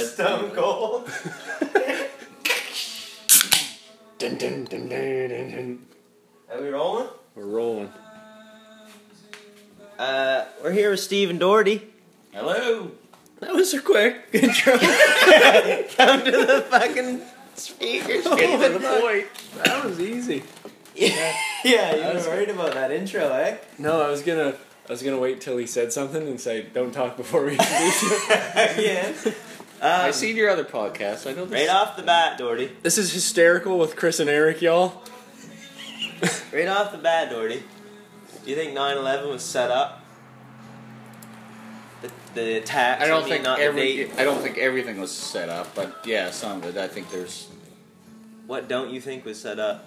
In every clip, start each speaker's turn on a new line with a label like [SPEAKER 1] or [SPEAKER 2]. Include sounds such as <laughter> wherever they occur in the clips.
[SPEAKER 1] Stone Cold.
[SPEAKER 2] Dun, dun, dun, dun, dun, dun.
[SPEAKER 1] Are we rolling?
[SPEAKER 2] We're rolling. <laughs>
[SPEAKER 1] Uh, we're here with Steve and Doherty.
[SPEAKER 3] Hello.
[SPEAKER 2] That was a quick
[SPEAKER 1] <laughs>
[SPEAKER 2] intro.
[SPEAKER 1] Come to the fucking speakers.
[SPEAKER 2] Get to the point. That was easy.
[SPEAKER 1] yeah, yeah, you were worried about that intro, eh?
[SPEAKER 2] No, I was gonna, I was gonna wait till he said something and say, "Don't talk before <laughs> we introduce you."
[SPEAKER 1] yeah.
[SPEAKER 3] i
[SPEAKER 1] Um,
[SPEAKER 3] seen your other podcast. I know this.
[SPEAKER 1] right off the bat, Doherty.
[SPEAKER 2] This is hysterical with Chris and Eric, y'all.
[SPEAKER 1] Right off the bat, Doherty. Do you think 9 11 was set up? The, the attacks?
[SPEAKER 3] I don't
[SPEAKER 1] mean,
[SPEAKER 3] think
[SPEAKER 1] not the
[SPEAKER 3] every.
[SPEAKER 1] date.
[SPEAKER 3] I don't think everything was set up, but yeah, some of it. I think there's.
[SPEAKER 1] What don't you think was set up?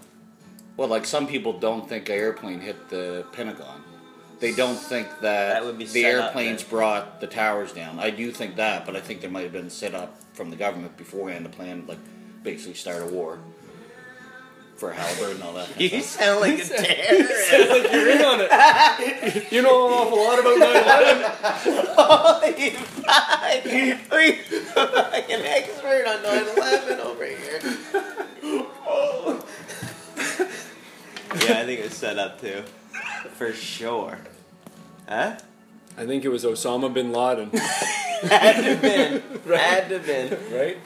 [SPEAKER 3] Well, like some people don't think an airplane hit the Pentagon. They don't think that,
[SPEAKER 1] That would be
[SPEAKER 3] the
[SPEAKER 1] set up
[SPEAKER 3] airplanes
[SPEAKER 1] then.
[SPEAKER 3] brought the towers down. I do think that, but I think there might have been set up from the government beforehand to plan, like basically start a war for Halliburton and all that. kind of
[SPEAKER 1] <laughs> You
[SPEAKER 3] stuff.
[SPEAKER 1] sound
[SPEAKER 2] <laughs>
[SPEAKER 1] like a terrorist.
[SPEAKER 2] Like <laughs> you're in on it. <laughs> You know an awful lot about 9/11.
[SPEAKER 1] Holy fuck! We like an expert on 9/11 over here. yeah, I think it was set up too, for sure. Huh?
[SPEAKER 2] I think it was Osama bin Laden,
[SPEAKER 1] Had to have been.
[SPEAKER 2] Right.
[SPEAKER 1] Had to have been.
[SPEAKER 2] right?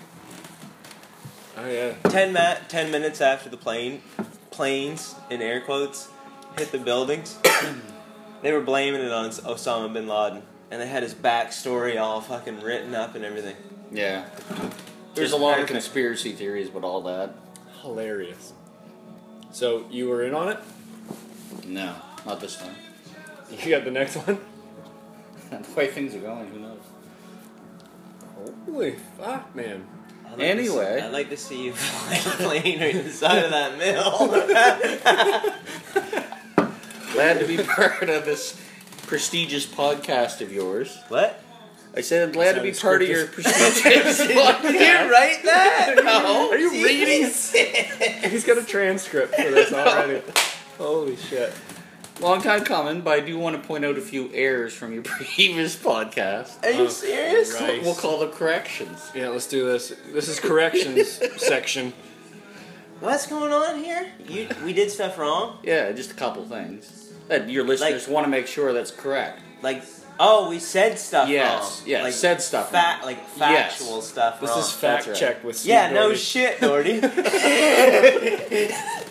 [SPEAKER 2] Oh yeah.
[SPEAKER 1] Ten ma- ten minutes after the plane, planes in air quotes, hit the buildings, <coughs> they were blaming it on Osama bin Laden, and they had his backstory all fucking written up and everything.
[SPEAKER 3] Yeah. There's
[SPEAKER 1] Just
[SPEAKER 3] a lot
[SPEAKER 1] perfect.
[SPEAKER 3] of conspiracy theories about all that.
[SPEAKER 2] Hilarious. So you were in on it.
[SPEAKER 3] No, not this time.
[SPEAKER 2] You got the next one.
[SPEAKER 3] <laughs> the way things are going, who knows?
[SPEAKER 2] Holy fuck, man.
[SPEAKER 1] I'd like to see-
[SPEAKER 3] Anyway.
[SPEAKER 1] I'd like to see you <laughs> fly a plane right inside of that mill.
[SPEAKER 3] Glad to be <laughs> part of this prestigious podcast of yours.
[SPEAKER 1] <laughs> what?
[SPEAKER 3] I said I'm glad to be
[SPEAKER 2] Sounds
[SPEAKER 3] part of your
[SPEAKER 2] <laughs>
[SPEAKER 3] prestigious
[SPEAKER 1] <laughs> Did you
[SPEAKER 3] podcast.
[SPEAKER 1] write that?
[SPEAKER 3] No.
[SPEAKER 2] Are you reading?
[SPEAKER 1] reading?
[SPEAKER 2] He's got a transcript for <laughs> this already. Holy shit.
[SPEAKER 3] Long time coming, but I do want to point out a few errors from your <laughs> previous podcast.
[SPEAKER 1] Are you
[SPEAKER 2] Oh,
[SPEAKER 1] serious?
[SPEAKER 2] right.
[SPEAKER 3] We'll call them corrections.
[SPEAKER 2] Yeah, let's do this. This is <laughs> corrections section.
[SPEAKER 1] What's going on here? You, we did stuff wrong.
[SPEAKER 3] Yeah, just a couple things that your listeners want to make sure that's correct.
[SPEAKER 1] Like, oh, we said stuff
[SPEAKER 3] Yes,
[SPEAKER 1] wrong.
[SPEAKER 3] yes,
[SPEAKER 1] like,
[SPEAKER 3] said stuff
[SPEAKER 1] Fact,
[SPEAKER 3] wrong.
[SPEAKER 1] like factual
[SPEAKER 3] Yes.
[SPEAKER 1] stuff
[SPEAKER 2] This
[SPEAKER 1] wrong.
[SPEAKER 2] is fact
[SPEAKER 3] right.
[SPEAKER 2] check with Steve
[SPEAKER 1] yeah, no
[SPEAKER 2] Doherty.
[SPEAKER 1] shit,
[SPEAKER 3] <laughs>
[SPEAKER 1] Doherty. <laughs>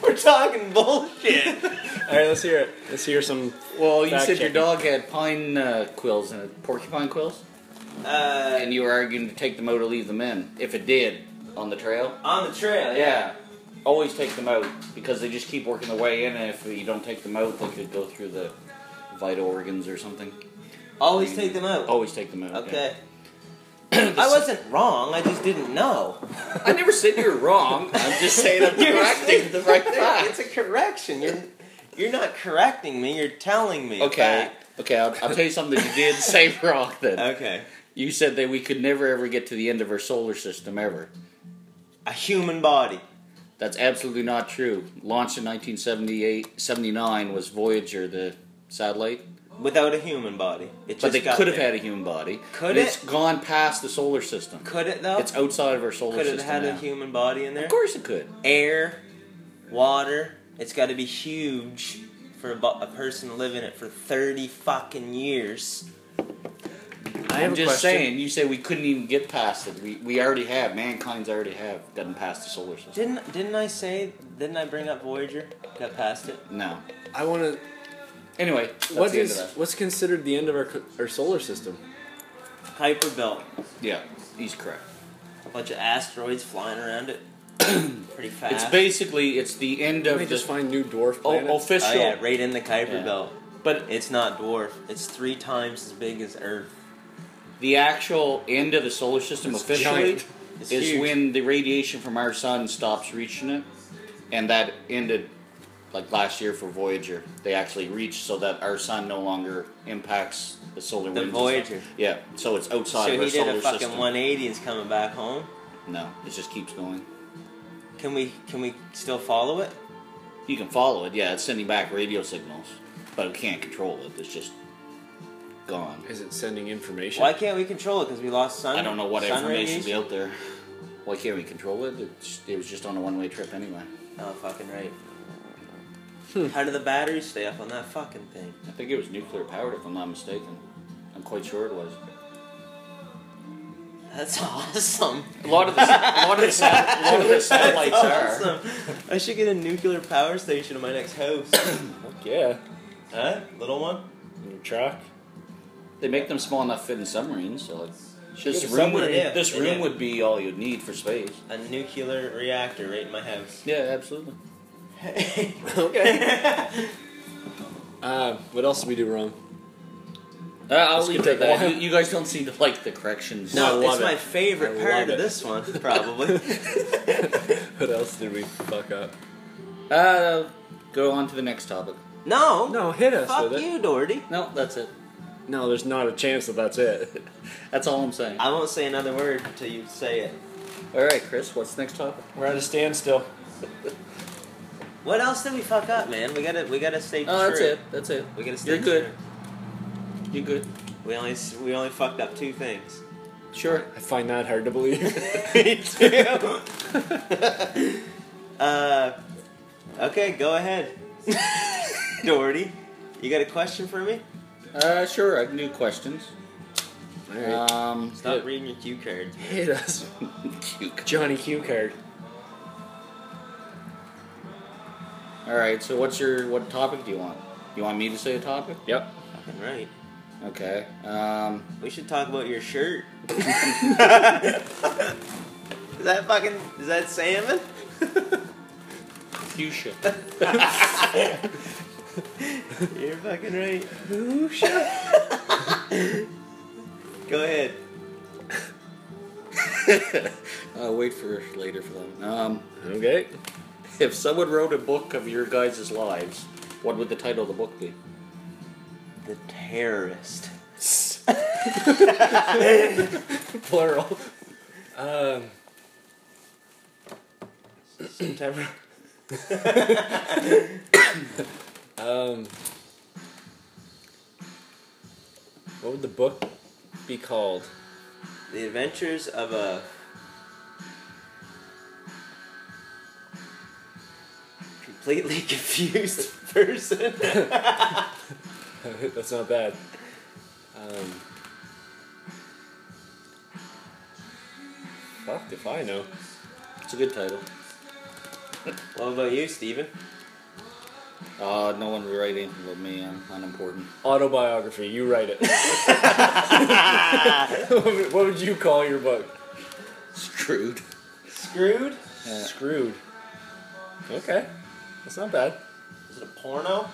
[SPEAKER 1] We're talking bullshit.
[SPEAKER 2] All right, let's hear it. Let's hear some.
[SPEAKER 3] Well, you
[SPEAKER 2] Fact
[SPEAKER 3] said your
[SPEAKER 2] checking.
[SPEAKER 3] dog had pine uh, quills in it, porcupine quills,
[SPEAKER 1] Uh,
[SPEAKER 3] and you were arguing to take them out or leave them in. If it did on the trail,
[SPEAKER 1] on the trail,
[SPEAKER 3] Yeah. Always take them out because they just keep working their way in, and if you don't take them out, they could go through the vital organs or something.
[SPEAKER 1] Always take them out.
[SPEAKER 3] Always take them out. <clears throat>
[SPEAKER 1] Okay.
[SPEAKER 3] yeah.
[SPEAKER 1] I wasn't wrong. I just didn't know.
[SPEAKER 3] I never said you were wrong. <laughs> I'm just saying I'm
[SPEAKER 1] You're
[SPEAKER 3] correcting
[SPEAKER 1] <laughs>
[SPEAKER 3] the right
[SPEAKER 1] it's
[SPEAKER 3] fact.
[SPEAKER 1] a correction. You're you're not correcting me. You're telling me. a
[SPEAKER 3] Okay.
[SPEAKER 1] fact.
[SPEAKER 3] Okay. I'll, I'll tell you something you did <laughs> say wrong. Then
[SPEAKER 1] Okay.
[SPEAKER 3] you said that we could never ever get to the end of our solar system ever.
[SPEAKER 1] A human body.
[SPEAKER 3] That's absolutely not true. Launched in 1978, 79 was Voyager, the satellite.
[SPEAKER 1] Without a human body, it just
[SPEAKER 3] But they
[SPEAKER 1] got
[SPEAKER 3] could have
[SPEAKER 1] there.
[SPEAKER 3] had a human body.
[SPEAKER 1] Could
[SPEAKER 3] And It's
[SPEAKER 1] it?
[SPEAKER 3] gone past the solar system.
[SPEAKER 1] Could it though?
[SPEAKER 3] It's outside of our solar
[SPEAKER 1] could it
[SPEAKER 3] system.
[SPEAKER 1] had a
[SPEAKER 3] now.
[SPEAKER 1] human body in there?
[SPEAKER 3] Of course it could.
[SPEAKER 1] Air, water. It's got to be huge for a, bo- a person to live in it for thirty fucking years.
[SPEAKER 2] I
[SPEAKER 3] I'm just saying. You say we couldn't even get past it. We, we already have. Mankind's already have gotten past the solar system.
[SPEAKER 1] Didn't didn't I say? Didn't I bring up Voyager? Got past it.
[SPEAKER 3] No.
[SPEAKER 2] I want to.
[SPEAKER 3] Anyway, that's
[SPEAKER 2] What
[SPEAKER 3] the end
[SPEAKER 2] is
[SPEAKER 3] of that.
[SPEAKER 2] what's considered the end of our co- our solar system?
[SPEAKER 1] Hyperbelt.
[SPEAKER 3] Yeah, he's correct.
[SPEAKER 1] bunch of asteroids flying around it <coughs> pretty fast.
[SPEAKER 3] It's basically it's the end
[SPEAKER 2] Can
[SPEAKER 3] of
[SPEAKER 2] we
[SPEAKER 3] the
[SPEAKER 2] just find new dwarf
[SPEAKER 3] o-
[SPEAKER 2] planets?
[SPEAKER 3] official.
[SPEAKER 1] oh, yeah, right in the Kuiper
[SPEAKER 3] Yeah.
[SPEAKER 1] Belt.
[SPEAKER 3] But
[SPEAKER 1] It's not dwarf. It's three times as big as Earth.
[SPEAKER 3] the actual end of the solar system
[SPEAKER 2] It's
[SPEAKER 3] officially
[SPEAKER 2] giant.
[SPEAKER 1] It's
[SPEAKER 3] is
[SPEAKER 1] huge.
[SPEAKER 3] when the radiation from our sun stops reaching it, and that ended like last year for Voyager. They actually reached so that our sun no longer impacts the solar.
[SPEAKER 1] The
[SPEAKER 3] winds and stuff.
[SPEAKER 1] Voyager.
[SPEAKER 3] Yeah, so it's outside
[SPEAKER 1] So
[SPEAKER 3] of our
[SPEAKER 1] he did
[SPEAKER 3] solar
[SPEAKER 1] a fucking
[SPEAKER 3] system.
[SPEAKER 1] 180 and is coming back home.
[SPEAKER 3] No, it just keeps going.
[SPEAKER 1] Can we can we still follow it?
[SPEAKER 3] You can follow it. Yeah, it's sending back radio signals, but we can't control it. It's just gone.
[SPEAKER 2] Is it sending information?
[SPEAKER 1] Why can't we control it? Because we lost sun.
[SPEAKER 3] I don't know what
[SPEAKER 1] sun
[SPEAKER 3] information's
[SPEAKER 1] radiation?
[SPEAKER 3] out there. Why can't we control it? It's- It was just on a one-way trip anyway.
[SPEAKER 1] Oh, fucking right.
[SPEAKER 3] Hmm.
[SPEAKER 1] How do the batteries stay up on that fucking thing?
[SPEAKER 3] I think it was nuclear powered, if I'm not mistaken. I'm quite sure it was.
[SPEAKER 1] That's <laughs> awesome.
[SPEAKER 3] A lot of the, a lot of the, sat- a
[SPEAKER 1] <laughs>
[SPEAKER 3] lot of the satellites are.
[SPEAKER 1] Awesome. I should get a nuclear power station in my next
[SPEAKER 3] <coughs>
[SPEAKER 1] house.
[SPEAKER 2] Fuck yeah.
[SPEAKER 1] huh? Little one?
[SPEAKER 2] In your <laughs> truck.
[SPEAKER 3] They make them small enough to fit in submarines, so like this
[SPEAKER 2] get a
[SPEAKER 3] room would
[SPEAKER 1] submarine. Yeah,
[SPEAKER 3] this
[SPEAKER 1] yeah.
[SPEAKER 3] room would be all you'd need for space.
[SPEAKER 1] A nuclear reactor right in my
[SPEAKER 3] <laughs>
[SPEAKER 1] house.
[SPEAKER 3] Yeah, absolutely.
[SPEAKER 1] okay.
[SPEAKER 2] Uh, what else did we do wrong? <laughs>
[SPEAKER 3] Uh, I'll
[SPEAKER 2] This could
[SPEAKER 3] leave
[SPEAKER 2] take
[SPEAKER 3] it
[SPEAKER 2] a
[SPEAKER 3] at that.
[SPEAKER 2] while.
[SPEAKER 3] You, you guys don't seem to like the corrections.
[SPEAKER 2] I
[SPEAKER 1] No,
[SPEAKER 2] love
[SPEAKER 1] it's my
[SPEAKER 2] it.
[SPEAKER 1] favorite
[SPEAKER 2] I
[SPEAKER 1] part
[SPEAKER 2] love
[SPEAKER 1] of
[SPEAKER 2] it. <laughs>
[SPEAKER 1] this one, probably. <laughs>
[SPEAKER 2] What else did we fuck up?
[SPEAKER 3] Uh, go on to the next topic.
[SPEAKER 1] no.
[SPEAKER 2] No, hit us
[SPEAKER 1] Fuck
[SPEAKER 2] with it.
[SPEAKER 1] you, Doherty.
[SPEAKER 3] No, that's it.
[SPEAKER 2] No, there's not a chance that that's it. <laughs>
[SPEAKER 3] That's all I'm saying.
[SPEAKER 1] I won't say another word until you say it.
[SPEAKER 3] All right, Chris, what's the next topic?
[SPEAKER 2] We're at a standstill.
[SPEAKER 1] What else did we fuck up, man? We gotta, we gotta stay
[SPEAKER 3] Oh, that's
[SPEAKER 1] true.
[SPEAKER 3] it. That's it.
[SPEAKER 1] We gotta stay
[SPEAKER 3] You're good.
[SPEAKER 1] true.
[SPEAKER 3] You're good.
[SPEAKER 1] We only, s- we only fucked up two
[SPEAKER 3] <laughs>
[SPEAKER 1] things. <laughs>
[SPEAKER 3] Sure.
[SPEAKER 2] I find that hard to believe.
[SPEAKER 1] Me too. uh, okay, go ahead, <laughs> Doherty. You got a question for me?
[SPEAKER 3] Uh, sure. I can do questions.
[SPEAKER 2] Alright.
[SPEAKER 3] Um, <laughs>
[SPEAKER 1] Stop
[SPEAKER 2] Yeah.
[SPEAKER 1] reading your cue cards.
[SPEAKER 2] <laughs> hit us.
[SPEAKER 3] you c-
[SPEAKER 2] Johnny Q card.
[SPEAKER 3] all right. So, what's your what topic do you want? You want me to say a topic?
[SPEAKER 2] Yep.
[SPEAKER 1] Fucking right.
[SPEAKER 3] Okay. Um,
[SPEAKER 1] We should talk about your <laughs> shirt. is that fucking? Is that salmon?
[SPEAKER 3] fuchsia.
[SPEAKER 1] You're fucking right. Go ahead.
[SPEAKER 3] <laughs> I'll wait for later for them. Um,
[SPEAKER 2] Okay.
[SPEAKER 3] if someone wrote a book of your guys' lives, what would the title of the book be? <laughs>
[SPEAKER 1] The terrorist.
[SPEAKER 2] Plural. Um,
[SPEAKER 1] September.
[SPEAKER 2] um, what would the book be called? <laughs>
[SPEAKER 1] The Adventures of a. Completely <laughs> confused person.
[SPEAKER 2] That's not bad. Um, fuck if I know.
[SPEAKER 3] It's a good title.
[SPEAKER 1] what about you, Steven?
[SPEAKER 3] Uh, no one would write anything about me. I'm unimportant.
[SPEAKER 2] Autobiography. You write <laughs> it. what would- what would you call your book?
[SPEAKER 3] Screwed.
[SPEAKER 1] Screwed?
[SPEAKER 2] Uh,
[SPEAKER 3] Yeah.
[SPEAKER 2] Screwed. Okay. That's not bad.
[SPEAKER 1] Is it a porno?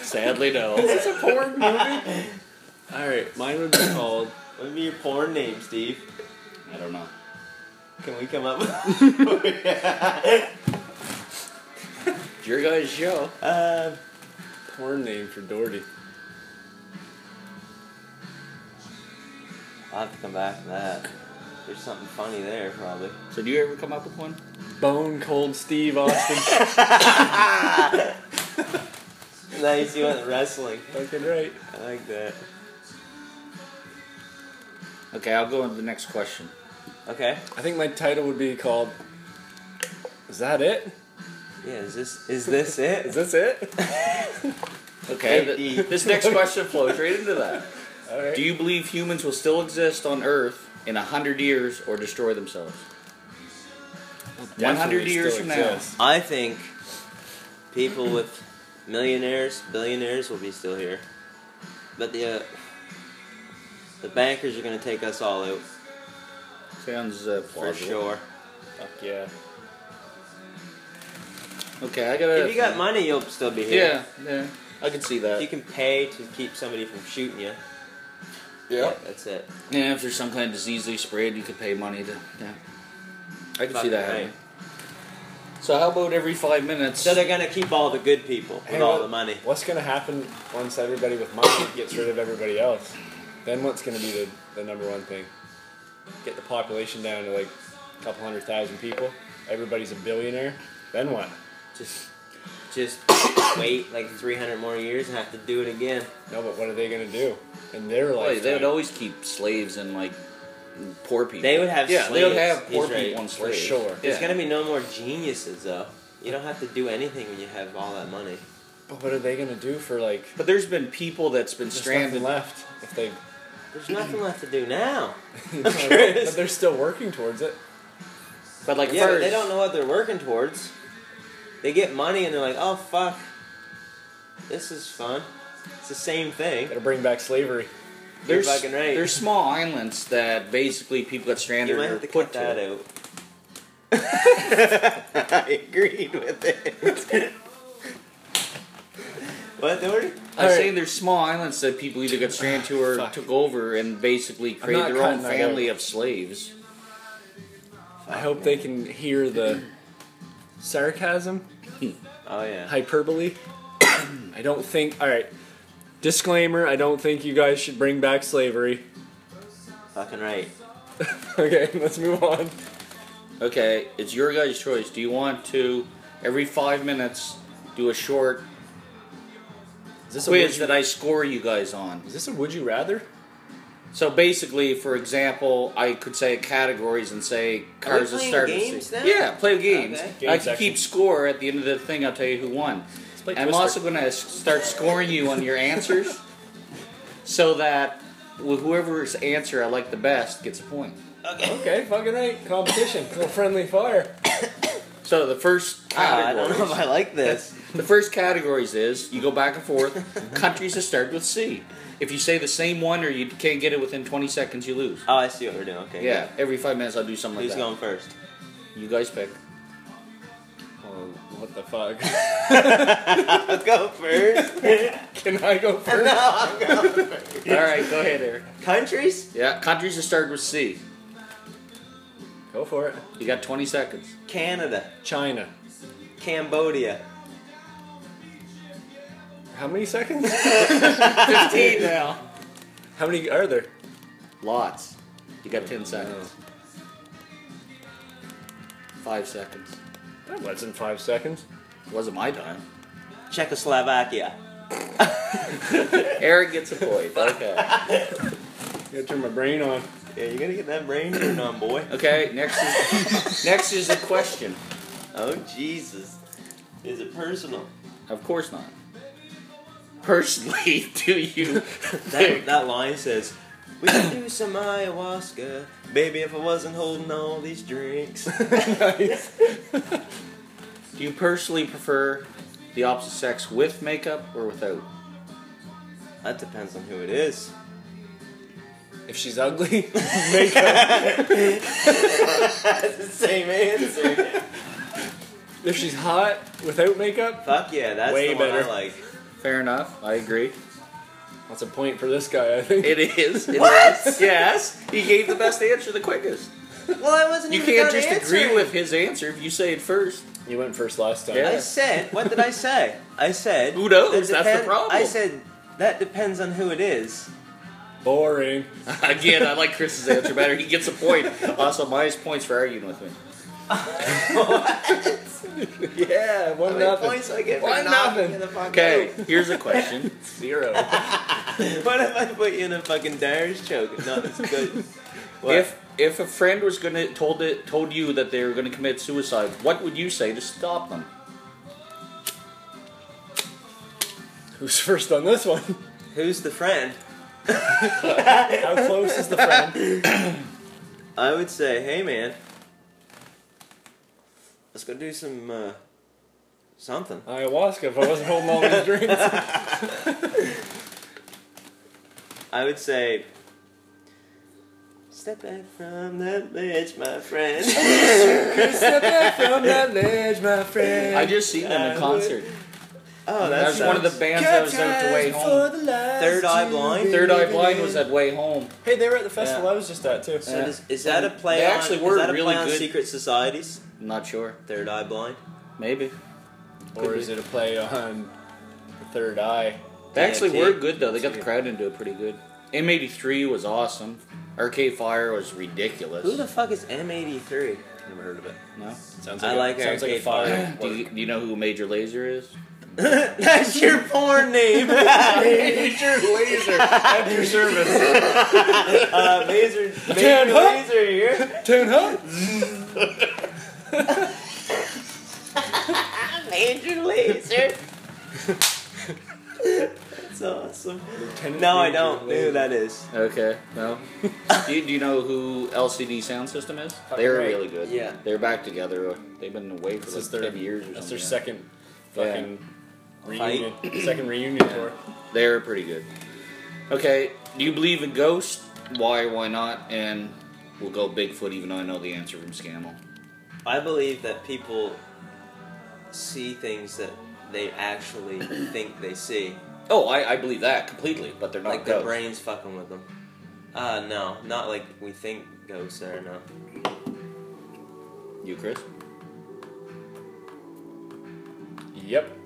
[SPEAKER 3] Sadly, no.
[SPEAKER 2] It's a porn movie. <laughs> All right, mine would be called.
[SPEAKER 1] What would be your porn name, Steve?
[SPEAKER 3] I don't know.
[SPEAKER 1] Can we come up with.
[SPEAKER 3] It's your guys' show.
[SPEAKER 1] Uh,
[SPEAKER 2] Porn name for Doherty.
[SPEAKER 1] I'll have to come back to that. There's something funny there, probably. <laughs>
[SPEAKER 3] So, do you ever come up with one?
[SPEAKER 2] Bone Cold Steve Austin.
[SPEAKER 3] <laughs>
[SPEAKER 1] Nice, you went wrestling.
[SPEAKER 2] Fucking right.
[SPEAKER 1] I like that.
[SPEAKER 3] Okay, I'll go on to the next question.
[SPEAKER 1] Okay.
[SPEAKER 2] I think my title would be called. Is that it?
[SPEAKER 1] Yeah, is this is this it?
[SPEAKER 2] Is this it?
[SPEAKER 1] Hey,
[SPEAKER 3] Okay, th-
[SPEAKER 1] D.
[SPEAKER 3] this next question flows right into that.
[SPEAKER 2] All right.
[SPEAKER 3] Do you believe humans will still exist on Earth in a hundred years or destroy themselves?
[SPEAKER 2] Definitely
[SPEAKER 3] 100 years
[SPEAKER 2] still
[SPEAKER 3] from now.
[SPEAKER 2] exists.
[SPEAKER 1] I think people with millionaires, billionaires will be still here, but the uh, the bankers are gonna take us all out
[SPEAKER 3] Sounds uh,
[SPEAKER 1] for
[SPEAKER 3] plausible.
[SPEAKER 1] sure.
[SPEAKER 2] Fuck yeah.
[SPEAKER 3] Okay, I gotta.
[SPEAKER 1] If you got money, you'll still be here.
[SPEAKER 3] yeah, yeah, I could see
[SPEAKER 1] If
[SPEAKER 3] that.
[SPEAKER 1] you can pay to keep somebody from shooting you, that's it.
[SPEAKER 3] Yeah, if there's some kind of disease they spread, you could pay money to. Yeah. I could
[SPEAKER 1] Fucking
[SPEAKER 3] see
[SPEAKER 1] right.
[SPEAKER 3] that happening. So how about every five minutes?
[SPEAKER 1] So they're gonna keep all the good people with
[SPEAKER 2] Hey,
[SPEAKER 1] all
[SPEAKER 2] what-
[SPEAKER 1] the money.
[SPEAKER 2] What's gonna happen once everybody with money gets rid of everybody else? Then what's gonna be the, the number one thing? Get the population down to like a couple hundred thousand people. Everybody's a billionaire. Then what?
[SPEAKER 3] Just
[SPEAKER 1] just wait like 300 more years and have to do it again.
[SPEAKER 2] No, but what are they gonna do in their
[SPEAKER 3] Boy,
[SPEAKER 2] life?
[SPEAKER 3] they would always keep slaves and like poor people.
[SPEAKER 1] They would have
[SPEAKER 3] yeah,
[SPEAKER 1] slaves.
[SPEAKER 3] they would have
[SPEAKER 1] He's
[SPEAKER 3] poor
[SPEAKER 1] right.
[SPEAKER 3] people and
[SPEAKER 2] for
[SPEAKER 3] slaves.
[SPEAKER 2] sure.
[SPEAKER 1] There's
[SPEAKER 3] Yeah.
[SPEAKER 1] gonna be no more geniuses though. You don't have to do anything when you have all that money.
[SPEAKER 2] But what are they gonna do for like
[SPEAKER 3] But there's been people that's been
[SPEAKER 2] there's nothing
[SPEAKER 3] stranded.
[SPEAKER 2] left if <laughs> they?
[SPEAKER 1] There's nothing left to do
[SPEAKER 3] <laughs>
[SPEAKER 1] now.
[SPEAKER 2] but they're still working towards it.
[SPEAKER 3] But like
[SPEAKER 1] yeah, but
[SPEAKER 3] first,
[SPEAKER 1] they don't know what they're working towards. They get money and they're like, oh fuck, this is fun. It's the same thing.
[SPEAKER 2] Gotta bring back slavery.
[SPEAKER 3] There's,
[SPEAKER 1] You're fucking right.
[SPEAKER 3] there's small islands that basically people got stranded
[SPEAKER 1] You might
[SPEAKER 3] or
[SPEAKER 1] have to
[SPEAKER 3] put
[SPEAKER 1] cut
[SPEAKER 3] to.
[SPEAKER 1] that out. <laughs> I agreed with
[SPEAKER 3] <laughs>
[SPEAKER 1] it. what, Doherty?
[SPEAKER 3] I'm
[SPEAKER 2] Alright.
[SPEAKER 3] saying there's small islands that people either got
[SPEAKER 2] <sighs>
[SPEAKER 3] stranded to or
[SPEAKER 2] Fuck.
[SPEAKER 3] took over and basically
[SPEAKER 2] not
[SPEAKER 3] created their own
[SPEAKER 2] cutting that
[SPEAKER 3] family of slaves.
[SPEAKER 2] I hope they can hear the sarcasm,
[SPEAKER 1] Oh yeah.
[SPEAKER 2] hyperbole. <coughs> I don't think. All right. Disclaimer: I don't think you guys should bring back slavery. <laughs>
[SPEAKER 1] Fucking right.
[SPEAKER 2] okay, let's move on.
[SPEAKER 3] Okay, it's your guys' choice. Do you want to every five minutes do a short
[SPEAKER 2] Is this
[SPEAKER 3] quiz
[SPEAKER 2] a would
[SPEAKER 3] that I score you guys on?
[SPEAKER 2] you, is this a would you rather?
[SPEAKER 3] So basically, for example, I could say categories and say cars that
[SPEAKER 1] playing
[SPEAKER 3] start
[SPEAKER 1] games now?
[SPEAKER 3] Yeah, play games.
[SPEAKER 1] Okay.
[SPEAKER 2] Game
[SPEAKER 3] I can
[SPEAKER 2] section.
[SPEAKER 3] keep score at the end of the thing. I'll tell you who won.
[SPEAKER 2] play
[SPEAKER 3] I'm
[SPEAKER 2] Twister.
[SPEAKER 3] also going to start scoring you on your
[SPEAKER 1] <laughs>
[SPEAKER 3] answers, so that wh- whoever's answer I like the best gets a point.
[SPEAKER 1] Okay.
[SPEAKER 2] Okay, fucking right. Competition, little friendly fire.
[SPEAKER 3] So the first
[SPEAKER 1] <laughs> Ah, I don't
[SPEAKER 3] category,
[SPEAKER 1] know if I like this.
[SPEAKER 3] the first categories is you go back
[SPEAKER 1] <laughs>
[SPEAKER 3] and forth. countries that start with C. If you say the same one or you can't get it within 20 seconds, you lose.
[SPEAKER 1] Oh, I see what we're doing. Okay.
[SPEAKER 3] Yeah, every five minutes I'll do something like
[SPEAKER 1] Who's
[SPEAKER 3] that.
[SPEAKER 1] going first? <laughs>
[SPEAKER 3] You guys pick.
[SPEAKER 2] Oh, what the fuck?
[SPEAKER 1] I'll go first.
[SPEAKER 2] <laughs> can I <laughs> go first?
[SPEAKER 1] no, I'll go first.
[SPEAKER 3] All right, go ahead, Eric.
[SPEAKER 1] Countries?
[SPEAKER 3] Yeah, countries that start with C.
[SPEAKER 2] Go for it.
[SPEAKER 3] You got 20 seconds.
[SPEAKER 1] Canada,
[SPEAKER 2] China.
[SPEAKER 1] Cambodia,
[SPEAKER 2] How many
[SPEAKER 3] <laughs>
[SPEAKER 2] seconds?
[SPEAKER 3] 15 now.
[SPEAKER 2] How many are there?
[SPEAKER 3] Lots. You got 10 seconds. Five seconds.
[SPEAKER 2] That wasn't five seconds.
[SPEAKER 3] wasn't my time.
[SPEAKER 1] Czechoslovakia.
[SPEAKER 3] Eric gets a point. Okay.
[SPEAKER 2] Gotta turn my brain on.
[SPEAKER 1] Yeah, you gotta get that brain <clears throat> turned on, boy.
[SPEAKER 3] Okay. Next is next is a question.
[SPEAKER 1] Oh Jesus. Is it personal?
[SPEAKER 3] Of course not. Personally, <laughs> do you?
[SPEAKER 1] That,
[SPEAKER 3] <laughs> think-
[SPEAKER 1] that line says, "We can do some ayahuasca, baby. If I wasn't holding all these drinks." <laughs>
[SPEAKER 2] nice.
[SPEAKER 3] do you personally prefer the opposite sex with makeup or without?
[SPEAKER 1] that depends on who it is. <laughs>
[SPEAKER 2] If she's ugly, <laughs> make up.
[SPEAKER 1] That's the same answer.
[SPEAKER 2] If she's hot without makeup,
[SPEAKER 1] Fuck yeah, that's
[SPEAKER 2] Way
[SPEAKER 1] the one
[SPEAKER 2] better.
[SPEAKER 1] I like.
[SPEAKER 3] Fair enough. I agree.
[SPEAKER 2] that's a point for this guy, I think.
[SPEAKER 3] It is. It
[SPEAKER 1] What?
[SPEAKER 3] is. Yes. He gave the best answer the quickest.
[SPEAKER 1] Well, I wasn't.
[SPEAKER 3] You
[SPEAKER 1] even
[SPEAKER 3] can't
[SPEAKER 1] done
[SPEAKER 3] just agree
[SPEAKER 1] answering.
[SPEAKER 3] with his answer if you say it first. <laughs>
[SPEAKER 2] You went first last time.
[SPEAKER 3] Yeah.
[SPEAKER 1] I said. What did I say? I said.
[SPEAKER 3] Who knows?
[SPEAKER 1] that
[SPEAKER 3] That's the
[SPEAKER 1] depend-
[SPEAKER 3] problem.
[SPEAKER 1] I said that depends on who it is.
[SPEAKER 2] Boring.
[SPEAKER 3] Again, I like Chris's answer better. He gets a <laughs> point. Also, minus points for arguing with me.
[SPEAKER 2] Yeah,
[SPEAKER 1] How
[SPEAKER 2] one
[SPEAKER 1] many
[SPEAKER 2] nothing.
[SPEAKER 1] points I get for
[SPEAKER 2] One
[SPEAKER 1] knocking
[SPEAKER 2] nothing.
[SPEAKER 1] you the fuck
[SPEAKER 3] Okay,
[SPEAKER 1] out?
[SPEAKER 3] here's a <laughs> question.
[SPEAKER 1] <laughs>
[SPEAKER 2] Zero.
[SPEAKER 1] What if I put you in a fucking direwolf choke? No, it's
[SPEAKER 3] <laughs>
[SPEAKER 1] good. What?
[SPEAKER 3] If if a friend was gonna told it told you that they were gonna commit suicide, what would you say to stop them?
[SPEAKER 2] <laughs> Who's first on this one?
[SPEAKER 1] who's the friend?
[SPEAKER 2] How close is the
[SPEAKER 3] <laughs>
[SPEAKER 2] friend?
[SPEAKER 1] I would say, hey man, let's go do some uh, something.
[SPEAKER 2] Ayahuasca, if I wasn't holding all these
[SPEAKER 3] <laughs>
[SPEAKER 2] drinks.
[SPEAKER 1] I would say, step back from that ledge, my friend. <laughs>
[SPEAKER 2] Step back from that ledge, my
[SPEAKER 3] I
[SPEAKER 2] friend.
[SPEAKER 3] just seen them in concert.
[SPEAKER 1] oh,
[SPEAKER 3] That
[SPEAKER 1] that's
[SPEAKER 3] was one of the bands that was out to way home.
[SPEAKER 1] Third Eye Blind?
[SPEAKER 3] Third Eye Blind was at way home.
[SPEAKER 2] Hey, they were at the festival
[SPEAKER 1] Yeah.
[SPEAKER 2] I was just at, too.
[SPEAKER 1] So does, is that a play?
[SPEAKER 3] They
[SPEAKER 1] on,
[SPEAKER 3] actually
[SPEAKER 1] is
[SPEAKER 3] were
[SPEAKER 1] that a
[SPEAKER 3] really
[SPEAKER 1] play on
[SPEAKER 3] good.
[SPEAKER 1] secret societies?
[SPEAKER 3] I'm not sure.
[SPEAKER 1] Third Eye Blind.
[SPEAKER 3] Maybe
[SPEAKER 2] or is it a play on the third eye?
[SPEAKER 3] they
[SPEAKER 1] Yeah,
[SPEAKER 3] actually
[SPEAKER 1] kid.
[SPEAKER 3] were good though. They got the crowd into it pretty good. M83 was awesome. Arcade Fire was ridiculous.
[SPEAKER 1] Who the fuck is M83?
[SPEAKER 2] Never heard of it.
[SPEAKER 3] no?
[SPEAKER 2] Sounds
[SPEAKER 1] I
[SPEAKER 2] like a-
[SPEAKER 1] like
[SPEAKER 2] sounds like a
[SPEAKER 1] Arcade
[SPEAKER 3] <laughs>
[SPEAKER 2] fire.
[SPEAKER 3] Do you, do you know who Major Laser is?
[SPEAKER 1] <laughs> That's your porn name. <laughs> uh,
[SPEAKER 2] Major laser at your service.
[SPEAKER 1] laser,
[SPEAKER 2] Dan,
[SPEAKER 1] major
[SPEAKER 2] huh?
[SPEAKER 1] laser here.
[SPEAKER 2] Tune up.
[SPEAKER 1] Major laser. That's awesome. No, I don't. Dude, who that is?
[SPEAKER 3] Okay, no. do, you, do you know who LCD Sound System is?
[SPEAKER 2] Fucking
[SPEAKER 3] They're
[SPEAKER 2] right.
[SPEAKER 3] really good.
[SPEAKER 1] Yeah.
[SPEAKER 3] They're back together. They've been away for
[SPEAKER 2] This is
[SPEAKER 3] like
[SPEAKER 2] their
[SPEAKER 3] 10 years or
[SPEAKER 2] That's
[SPEAKER 3] something.
[SPEAKER 2] their second fucking reunion.
[SPEAKER 1] Fight.
[SPEAKER 2] <clears throat> second reunion tour.
[SPEAKER 3] They're pretty good. Okay, do you believe in ghosts? Why, why not? And we'll go Bigfoot even though I know the answer from Scammel.
[SPEAKER 1] I believe that people see things that they actually think they see.
[SPEAKER 3] Oh, I, I believe that completely, but they're not
[SPEAKER 1] Like their
[SPEAKER 3] ghosts.
[SPEAKER 1] brain's fucking with them. Uh, no, not like we think ghosts are, no.
[SPEAKER 3] You, Chris?
[SPEAKER 2] Yep.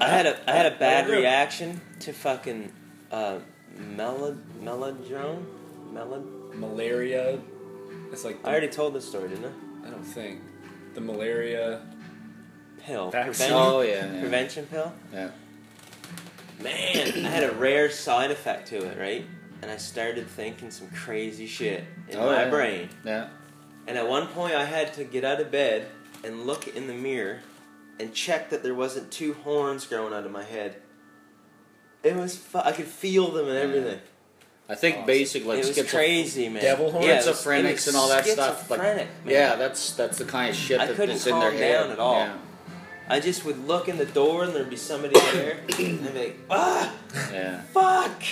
[SPEAKER 1] I had a I had a bad
[SPEAKER 2] agree.
[SPEAKER 1] reaction to fucking uh, melod melodrome melod.
[SPEAKER 2] Malaria. It's like the-
[SPEAKER 1] I already told this story, didn't I?
[SPEAKER 2] I don't think the malaria.
[SPEAKER 1] Pill
[SPEAKER 2] Vaccine.
[SPEAKER 1] prevention,
[SPEAKER 3] Oh, yeah. yeah.
[SPEAKER 1] prevention pill.
[SPEAKER 3] yeah.
[SPEAKER 1] Man, I had a rare side effect to it, right? And I started thinking some crazy shit in
[SPEAKER 3] Oh,
[SPEAKER 1] my
[SPEAKER 3] yeah.
[SPEAKER 1] brain.
[SPEAKER 3] Yeah.
[SPEAKER 1] And at one point, I had to get out of bed and look in the mirror and check that there wasn't two horns growing out of my head. It was fu- I could feel them and everything.
[SPEAKER 3] I think
[SPEAKER 2] Awesome.
[SPEAKER 3] basic, like,
[SPEAKER 1] it was
[SPEAKER 3] schizophrenia.
[SPEAKER 1] crazy, man.
[SPEAKER 2] devil horns?
[SPEAKER 1] Yeah, it was-
[SPEAKER 3] schizophrenics
[SPEAKER 1] it was
[SPEAKER 3] and all that stuff. Like,
[SPEAKER 1] schizophrenic, man.
[SPEAKER 3] yeah, that's that's the kind of shit
[SPEAKER 1] I
[SPEAKER 3] that-
[SPEAKER 1] couldn't
[SPEAKER 3] that's in their
[SPEAKER 1] calm
[SPEAKER 3] head.
[SPEAKER 1] down at all.
[SPEAKER 3] Yeah.
[SPEAKER 1] I just would look in the door and there'd be somebody
[SPEAKER 3] <coughs>
[SPEAKER 1] there, and I'd be like, ah,
[SPEAKER 3] yeah.
[SPEAKER 1] fuck.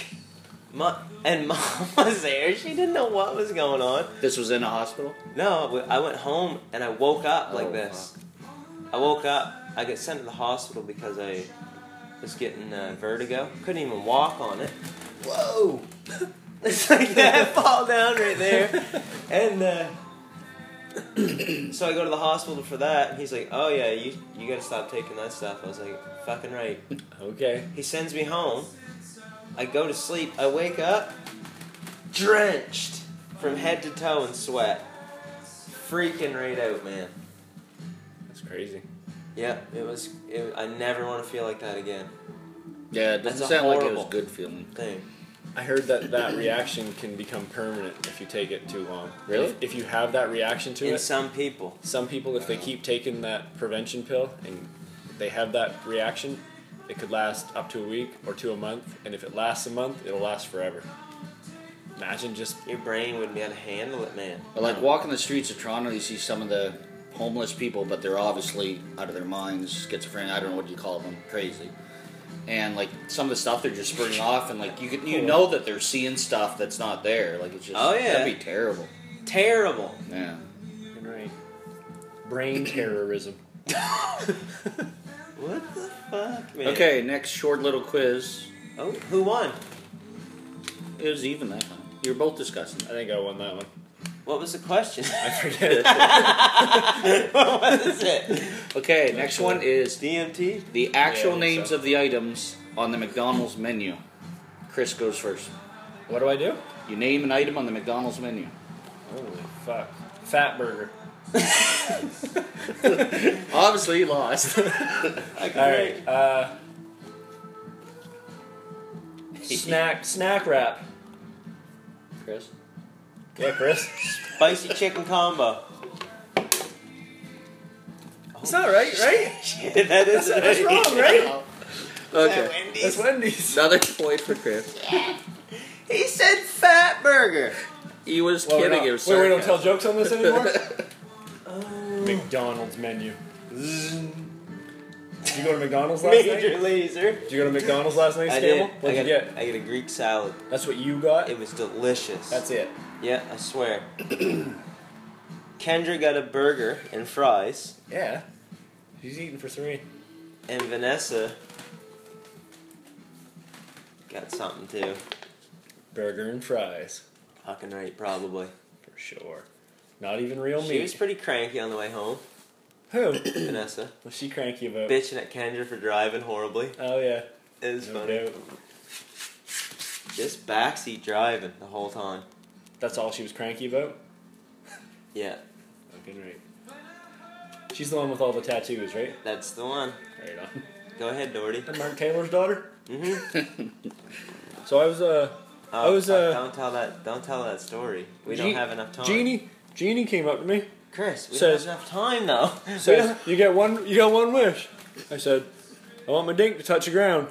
[SPEAKER 1] Mu- and <laughs> mom was there. She didn't know what was going on.
[SPEAKER 3] This was in a hospital.
[SPEAKER 1] No, w- I went home and I woke up like
[SPEAKER 3] Oh,
[SPEAKER 1] this. I woke up. I got sent to the hospital because I was getting uh, vertigo. Couldn't even walk on it. <laughs>
[SPEAKER 2] Whoa.
[SPEAKER 1] It's like that fall down right there. And uh, so I go to the hospital for that. And he's like, "Oh yeah, you you gotta stop taking that stuff." I was like, "Fucking right."
[SPEAKER 2] Okay.
[SPEAKER 1] He sends me home. I go to sleep. I wake up drenched from head to toe in sweat. Freaking right out, man.
[SPEAKER 2] That's crazy.
[SPEAKER 1] Yep, it was. It, I never want to feel like that again.
[SPEAKER 3] Yeah, it doesn't
[SPEAKER 1] That's a
[SPEAKER 3] sound like it was
[SPEAKER 1] horrible-
[SPEAKER 3] a good feeling.
[SPEAKER 1] Thing.
[SPEAKER 2] I heard that that reaction can become permanent if you take it too long.
[SPEAKER 3] Really?
[SPEAKER 2] If, if you have that reaction to
[SPEAKER 1] In
[SPEAKER 2] it,
[SPEAKER 1] some people,
[SPEAKER 2] some people, if they keep taking that prevention pill and they have that reaction, it could last up to a week or to a month. And if it lasts a month, it'll last forever. Imagine just
[SPEAKER 1] your brain wouldn't be able to handle it, man.
[SPEAKER 3] But like walking the streets of Toronto, you see some of the homeless people, but they're obviously out of their minds, schizophrenic. I don't know what you call them, crazy. And like some of the stuff they're just spurting off, and like you could, you know that they're seeing stuff that's not there. Like it's just
[SPEAKER 1] Oh, yeah.
[SPEAKER 3] that'd be terrible.
[SPEAKER 1] Terrible.
[SPEAKER 3] Yeah.
[SPEAKER 2] right. <clears throat> brain terrorism.
[SPEAKER 1] What the fuck, man?
[SPEAKER 3] Okay, next short little quiz.
[SPEAKER 1] Oh, who won?
[SPEAKER 3] It was even that time. You were both discussing
[SPEAKER 2] I
[SPEAKER 3] that.
[SPEAKER 2] think I won that one.
[SPEAKER 1] What was the question? <laughs>
[SPEAKER 2] I <laughs> forget it.
[SPEAKER 1] what is it?
[SPEAKER 3] Okay, next one is
[SPEAKER 1] DMT.
[SPEAKER 3] the actual
[SPEAKER 2] Yeah, I think
[SPEAKER 3] names
[SPEAKER 2] so.
[SPEAKER 3] of the items on the McDonald's menu. Chris goes first.
[SPEAKER 2] what do I do?
[SPEAKER 3] You name an item on the McDonald's menu.
[SPEAKER 2] Holy fuck. Fat burger.
[SPEAKER 3] Obviously, you lost.
[SPEAKER 2] Alright, <laughs> uh. snack, snack wrap.
[SPEAKER 3] Chris.
[SPEAKER 2] Yeah, <laughs> Chris.
[SPEAKER 1] Spicy chicken combo.
[SPEAKER 2] It's not right, right?
[SPEAKER 1] Shit, that is
[SPEAKER 2] That's wrong, <laughs> right?
[SPEAKER 3] Okay.
[SPEAKER 2] That's Wendy's.
[SPEAKER 3] Another point for Chris.
[SPEAKER 1] He said fat burger.
[SPEAKER 3] He was
[SPEAKER 2] Well, we're
[SPEAKER 3] kidding.
[SPEAKER 2] not-
[SPEAKER 3] It was
[SPEAKER 2] wait, we don't tell
[SPEAKER 3] sarcasm.
[SPEAKER 2] jokes on this anymore? <laughs> McDonald's menu. Did you go to McDonald's last
[SPEAKER 1] Major
[SPEAKER 2] night?
[SPEAKER 1] laser.
[SPEAKER 2] Did you go to McDonald's last night,
[SPEAKER 1] I
[SPEAKER 2] Scamble?
[SPEAKER 1] did.
[SPEAKER 2] What'd
[SPEAKER 1] I
[SPEAKER 2] you
[SPEAKER 1] got,
[SPEAKER 2] get?
[SPEAKER 1] I got a Greek salad.
[SPEAKER 2] That's what you got?
[SPEAKER 1] It was delicious.
[SPEAKER 2] That's it.
[SPEAKER 1] Yeah, I swear. <clears throat> Kendra got a burger and fries,
[SPEAKER 2] Yeah. She's eating for three.
[SPEAKER 1] and Vanessa got something too.
[SPEAKER 2] Burger and fries.
[SPEAKER 1] Fucking right, probably.
[SPEAKER 2] For sure. Not even real
[SPEAKER 1] She
[SPEAKER 2] meat.
[SPEAKER 1] was pretty cranky on the way home,
[SPEAKER 2] Who?
[SPEAKER 1] Vanessa.
[SPEAKER 2] Was she cranky about?
[SPEAKER 1] Bitching at Kendra for driving horribly.
[SPEAKER 2] Oh yeah.
[SPEAKER 1] It was
[SPEAKER 2] No
[SPEAKER 1] funny.
[SPEAKER 2] doubt.
[SPEAKER 1] Just backseat driving the whole time.
[SPEAKER 2] That's all she was cranky about.
[SPEAKER 1] Yeah,
[SPEAKER 2] Fucking right. She's the one with all the tattoos, right?
[SPEAKER 1] that's the one.
[SPEAKER 2] Right on.
[SPEAKER 1] Go ahead, Doherty.
[SPEAKER 2] And Mark Taylor's daughter.
[SPEAKER 1] hmm
[SPEAKER 2] So I was uh I was, uh,
[SPEAKER 1] Oh, don't tell that. Don't tell that story. We
[SPEAKER 2] Ge-
[SPEAKER 1] don't have enough time.
[SPEAKER 2] Jeannie. Jeannie came up to me.
[SPEAKER 1] Chris, we
[SPEAKER 2] Says-
[SPEAKER 1] don't have enough time though. <laughs> We
[SPEAKER 2] Says
[SPEAKER 1] don't-
[SPEAKER 2] you get one. You got one wish. I said, I want my dink to touch the ground.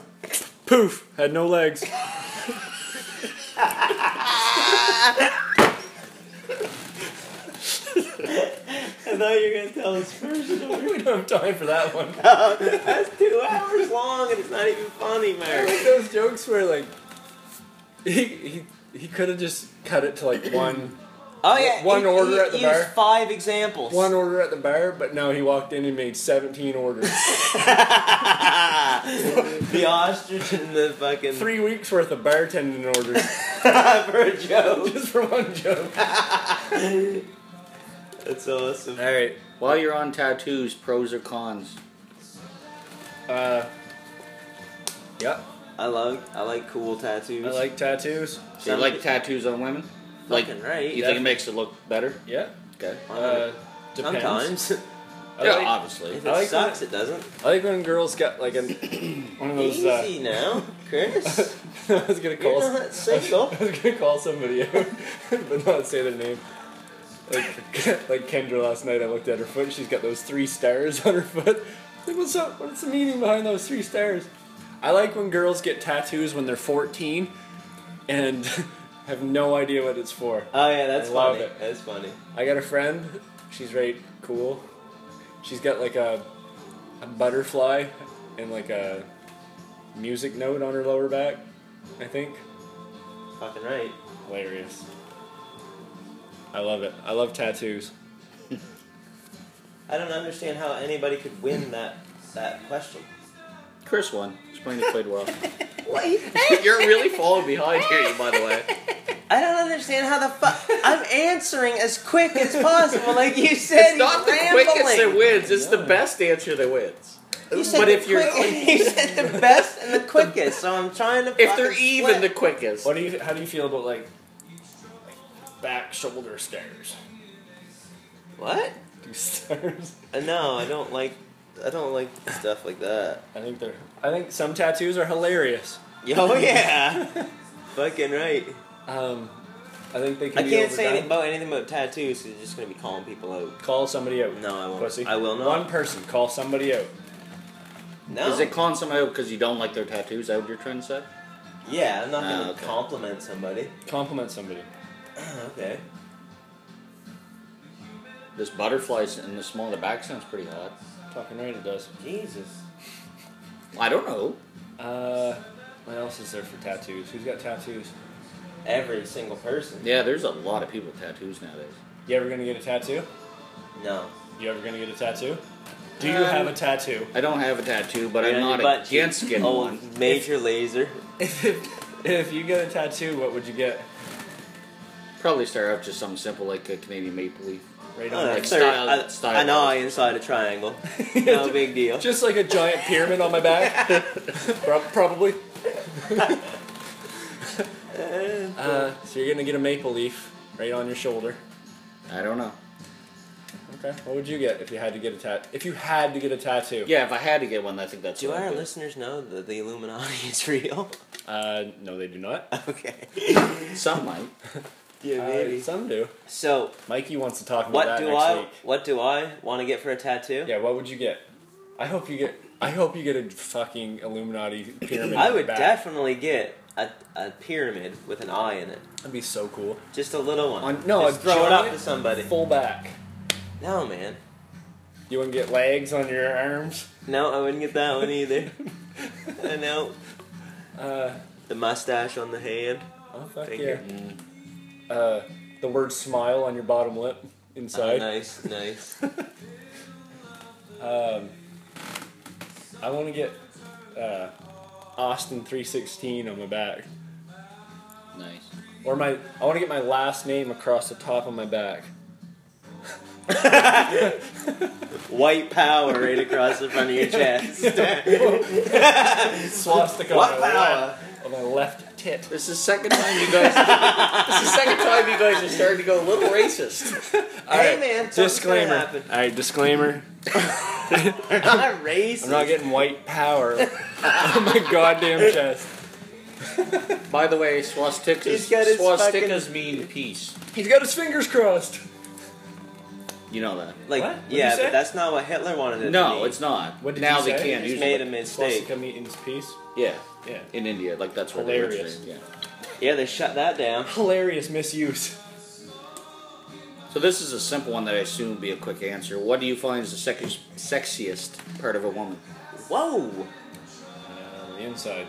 [SPEAKER 2] Poof! Had no legs.
[SPEAKER 1] I thought you were gonna tell us first.
[SPEAKER 2] <laughs> we don't have time for that one.
[SPEAKER 1] That's two hours long, and it's not even funny, Mary.
[SPEAKER 2] like those jokes where like he he, he could have just cut it to like one <clears throat>
[SPEAKER 1] Oh yeah,
[SPEAKER 2] One
[SPEAKER 1] he-
[SPEAKER 2] order
[SPEAKER 1] he
[SPEAKER 2] at the
[SPEAKER 1] used
[SPEAKER 2] bar.
[SPEAKER 1] Five <laughs> examples.
[SPEAKER 2] one order at the bar, but no, he walked in and made seventeen <laughs> orders,
[SPEAKER 1] the ostrich and the fucking
[SPEAKER 2] three weeks worth of bartending orders
[SPEAKER 1] <laughs>
[SPEAKER 2] <laughs>
[SPEAKER 1] for a joke.
[SPEAKER 2] just for one joke.
[SPEAKER 1] That's awesome.
[SPEAKER 2] All right,
[SPEAKER 3] While you're on tattoos, pros or cons?
[SPEAKER 2] uh, yeah,
[SPEAKER 1] I love. I like cool tattoos.
[SPEAKER 2] I like tattoos.
[SPEAKER 3] So you
[SPEAKER 1] Some-
[SPEAKER 3] like tattoos on women? Like,
[SPEAKER 1] Fucking right.
[SPEAKER 3] you think it makes it look better?
[SPEAKER 2] Yeah,
[SPEAKER 3] Okay.
[SPEAKER 2] uh,
[SPEAKER 1] <laughs>
[SPEAKER 2] depends.
[SPEAKER 1] Sometimes. if
[SPEAKER 2] I
[SPEAKER 3] yeah,
[SPEAKER 2] like,
[SPEAKER 3] obviously.
[SPEAKER 1] it
[SPEAKER 2] uh, I like
[SPEAKER 1] sucks, it doesn't.
[SPEAKER 2] I like when girls got like
[SPEAKER 1] <coughs>
[SPEAKER 2] an one of those. Uh,
[SPEAKER 1] Easy now, <laughs> Chris.
[SPEAKER 2] <laughs> I was gonna call.
[SPEAKER 1] You're not
[SPEAKER 2] <laughs>
[SPEAKER 1] single.
[SPEAKER 2] I was gonna call somebody out, <laughs> but not say their name. Like, <laughs> like Kendra last night, I looked at her foot. She's got those three stars <laughs> on her foot. Like, what's up? What's the meaning behind those three stars? I like when girls get tattoos when they're 14 and <laughs> have no idea what it's for.
[SPEAKER 1] <laughs> Oh yeah, that's
[SPEAKER 2] I love
[SPEAKER 1] funny.
[SPEAKER 2] it.
[SPEAKER 1] That's funny.
[SPEAKER 2] I got a friend. She's right cool. She's got like a, a butterfly and like a music note on her lower back. I think.
[SPEAKER 1] Fucking right.
[SPEAKER 2] Hilarious. I love it. I love tattoos.
[SPEAKER 1] I don't understand how anybody could win that that question.
[SPEAKER 3] Chris won. Explain it played well.
[SPEAKER 1] <laughs>
[SPEAKER 3] You're really falling behind here, you, by
[SPEAKER 1] <laughs>
[SPEAKER 3] the way.
[SPEAKER 1] I don't understand how the fuck I'm answering as quick as possible, like you said.
[SPEAKER 3] It's
[SPEAKER 1] he's
[SPEAKER 3] not the
[SPEAKER 1] rambling.
[SPEAKER 3] quickest that wins. It's the best answer that wins.
[SPEAKER 1] You said
[SPEAKER 3] but
[SPEAKER 1] the
[SPEAKER 3] if you're
[SPEAKER 1] quick- <laughs> you said the best and the quickest, so I'm trying to.
[SPEAKER 3] if they're
[SPEAKER 1] fucking
[SPEAKER 3] even, the
[SPEAKER 1] split.
[SPEAKER 3] quickest.
[SPEAKER 2] What do you? How do you feel about like, back shoulder <laughs> stairs?
[SPEAKER 1] what?
[SPEAKER 2] Do stairs?
[SPEAKER 1] Uh, no, I don't like. I don't like stuff like that.
[SPEAKER 2] I think they're. I think some tattoos are hilarious.
[SPEAKER 1] Oh <laughs> yeah, fucking right.
[SPEAKER 2] Um, I think they can.
[SPEAKER 1] I
[SPEAKER 2] be
[SPEAKER 1] can't say anything
[SPEAKER 2] overdone.
[SPEAKER 1] about anything about tattoos. Cause you're just gonna be calling people out.
[SPEAKER 2] Call somebody out.
[SPEAKER 1] No, I won't.
[SPEAKER 2] Pussy.
[SPEAKER 1] I will not.
[SPEAKER 2] One person. Call somebody out.
[SPEAKER 1] No.
[SPEAKER 3] Is it calling somebody out because you don't like their tattoos? Is that what you're trying to say?
[SPEAKER 1] yeah, I'm not gonna
[SPEAKER 3] Ah, okay.
[SPEAKER 1] compliment somebody. Ah,
[SPEAKER 2] Compliment somebody.
[SPEAKER 1] okay.
[SPEAKER 3] This butterfly in the small of the back sounds pretty hot.
[SPEAKER 2] Fucking right, it does.
[SPEAKER 1] Jesus.
[SPEAKER 3] I don't know.
[SPEAKER 2] Uh, what else is there for tattoos? Who's got tattoos?
[SPEAKER 1] Every single person.
[SPEAKER 3] Yeah, there's a lot of people with tattoos nowadays.
[SPEAKER 2] You ever gonna get a tattoo?
[SPEAKER 1] No.
[SPEAKER 2] You ever gonna get a tattoo? Do you
[SPEAKER 3] Um,
[SPEAKER 2] have a tattoo?
[SPEAKER 3] I don't have a tattoo, but
[SPEAKER 1] Yeah,
[SPEAKER 3] I'm not
[SPEAKER 1] your butt
[SPEAKER 3] against
[SPEAKER 1] cheek.
[SPEAKER 3] getting
[SPEAKER 1] oh,
[SPEAKER 3] one.
[SPEAKER 1] <laughs> Major laser.
[SPEAKER 2] if, <laughs> if you get a tattoo, what would you get?
[SPEAKER 3] Probably start out just something simple like a Canadian maple leaf.
[SPEAKER 2] Right
[SPEAKER 1] Oh,
[SPEAKER 2] on.
[SPEAKER 3] Like
[SPEAKER 1] that's
[SPEAKER 3] style-
[SPEAKER 1] I,
[SPEAKER 3] style
[SPEAKER 1] I know I
[SPEAKER 3] wise.
[SPEAKER 1] inside a <laughs> triangle. No big <laughs> deal.
[SPEAKER 2] Just like a giant pyramid on my back, <laughs> Prob- <laughs> probably. Uh, so you're gonna get a maple leaf right on your shoulder.
[SPEAKER 3] I don't know.
[SPEAKER 2] Okay. What would you get if you had to get a tat? If you had to get a tattoo?
[SPEAKER 3] Yeah, if I had to get one, I think that's.
[SPEAKER 1] Do
[SPEAKER 3] what I'd
[SPEAKER 1] our
[SPEAKER 3] do.
[SPEAKER 1] listeners know that the Illuminati is real?
[SPEAKER 2] Uh, no, they do not.
[SPEAKER 1] <laughs> Okay.
[SPEAKER 3] Some might.
[SPEAKER 1] Yeah,
[SPEAKER 2] Uh, some do.
[SPEAKER 1] So,
[SPEAKER 2] Mikey wants to talk about
[SPEAKER 1] what
[SPEAKER 2] that
[SPEAKER 1] do
[SPEAKER 2] next
[SPEAKER 1] I?
[SPEAKER 2] week.
[SPEAKER 1] What do I want to get for a tattoo?
[SPEAKER 2] Yeah. What would you get? I hope you get. I hope you get a fucking Illuminati pyramid.
[SPEAKER 1] I
[SPEAKER 2] on
[SPEAKER 1] would
[SPEAKER 2] your back.
[SPEAKER 1] definitely get a, a pyramid with an eye in it.
[SPEAKER 2] That'd be so cool.
[SPEAKER 1] Just a little one.
[SPEAKER 2] On- no,
[SPEAKER 1] Just
[SPEAKER 2] a
[SPEAKER 1] throw it up
[SPEAKER 2] giant
[SPEAKER 1] to
[SPEAKER 2] <laughs>
[SPEAKER 1] somebody.
[SPEAKER 2] Full back.
[SPEAKER 1] No, man.
[SPEAKER 2] You wouldn't get legs on your arms.
[SPEAKER 1] No, I wouldn't get that one
[SPEAKER 2] <laughs>
[SPEAKER 1] either. I know.
[SPEAKER 2] Uh,
[SPEAKER 1] The mustache on the hand.
[SPEAKER 2] oh fuck
[SPEAKER 1] Finger.
[SPEAKER 2] yeah. Uh, the word smile on your bottom lip
[SPEAKER 1] Oh,
[SPEAKER 2] inside.
[SPEAKER 1] nice, nice.
[SPEAKER 2] Um, I want to get uh, Austin three sixteen on my back,
[SPEAKER 3] Nice.
[SPEAKER 2] or my I want to get my last name across the top of
[SPEAKER 1] <laughs>
[SPEAKER 2] my back.
[SPEAKER 1] White power right across the
[SPEAKER 2] <laughs>
[SPEAKER 1] front of your chest.
[SPEAKER 2] Swastika
[SPEAKER 1] <laughs>
[SPEAKER 2] on
[SPEAKER 1] What
[SPEAKER 2] my,
[SPEAKER 1] power?
[SPEAKER 2] left, on my left tit.
[SPEAKER 3] This is the second time you guys. this is the second time you guys are starting to go a little racist.
[SPEAKER 1] Hey, man, something's gonna
[SPEAKER 2] disclaimer.
[SPEAKER 1] happen. <laughs>
[SPEAKER 2] All right, disclaimer.
[SPEAKER 1] I'm not racist.
[SPEAKER 2] I'm not getting white power <laughs> on my goddamn chest.
[SPEAKER 3] By the way, swastikas
[SPEAKER 1] He's got his
[SPEAKER 3] swastikas mean peace.
[SPEAKER 2] He's got his fingers crossed.
[SPEAKER 3] You know that.
[SPEAKER 1] like,
[SPEAKER 2] What? What'd you
[SPEAKER 1] yeah,
[SPEAKER 2] say?
[SPEAKER 1] but that's not what Hitler wanted. It to
[SPEAKER 3] No,
[SPEAKER 1] be.
[SPEAKER 3] it's not.
[SPEAKER 2] What did
[SPEAKER 3] now
[SPEAKER 2] you
[SPEAKER 3] they
[SPEAKER 2] say?
[SPEAKER 3] can't
[SPEAKER 1] He
[SPEAKER 3] use
[SPEAKER 1] made a
[SPEAKER 3] it.
[SPEAKER 1] mistake.
[SPEAKER 2] meetings piece.
[SPEAKER 3] Yeah,
[SPEAKER 2] Yeah.
[SPEAKER 3] in India, like that's what
[SPEAKER 2] Hilarious.
[SPEAKER 3] They originated, yeah.
[SPEAKER 1] Yeah, they shut that down.
[SPEAKER 2] Hilarious misuse.
[SPEAKER 3] So this is a simple one that I assume would be a quick answer. What do you find is the sex- sexiest part of a woman?
[SPEAKER 1] Whoa,
[SPEAKER 2] Uh, the inside.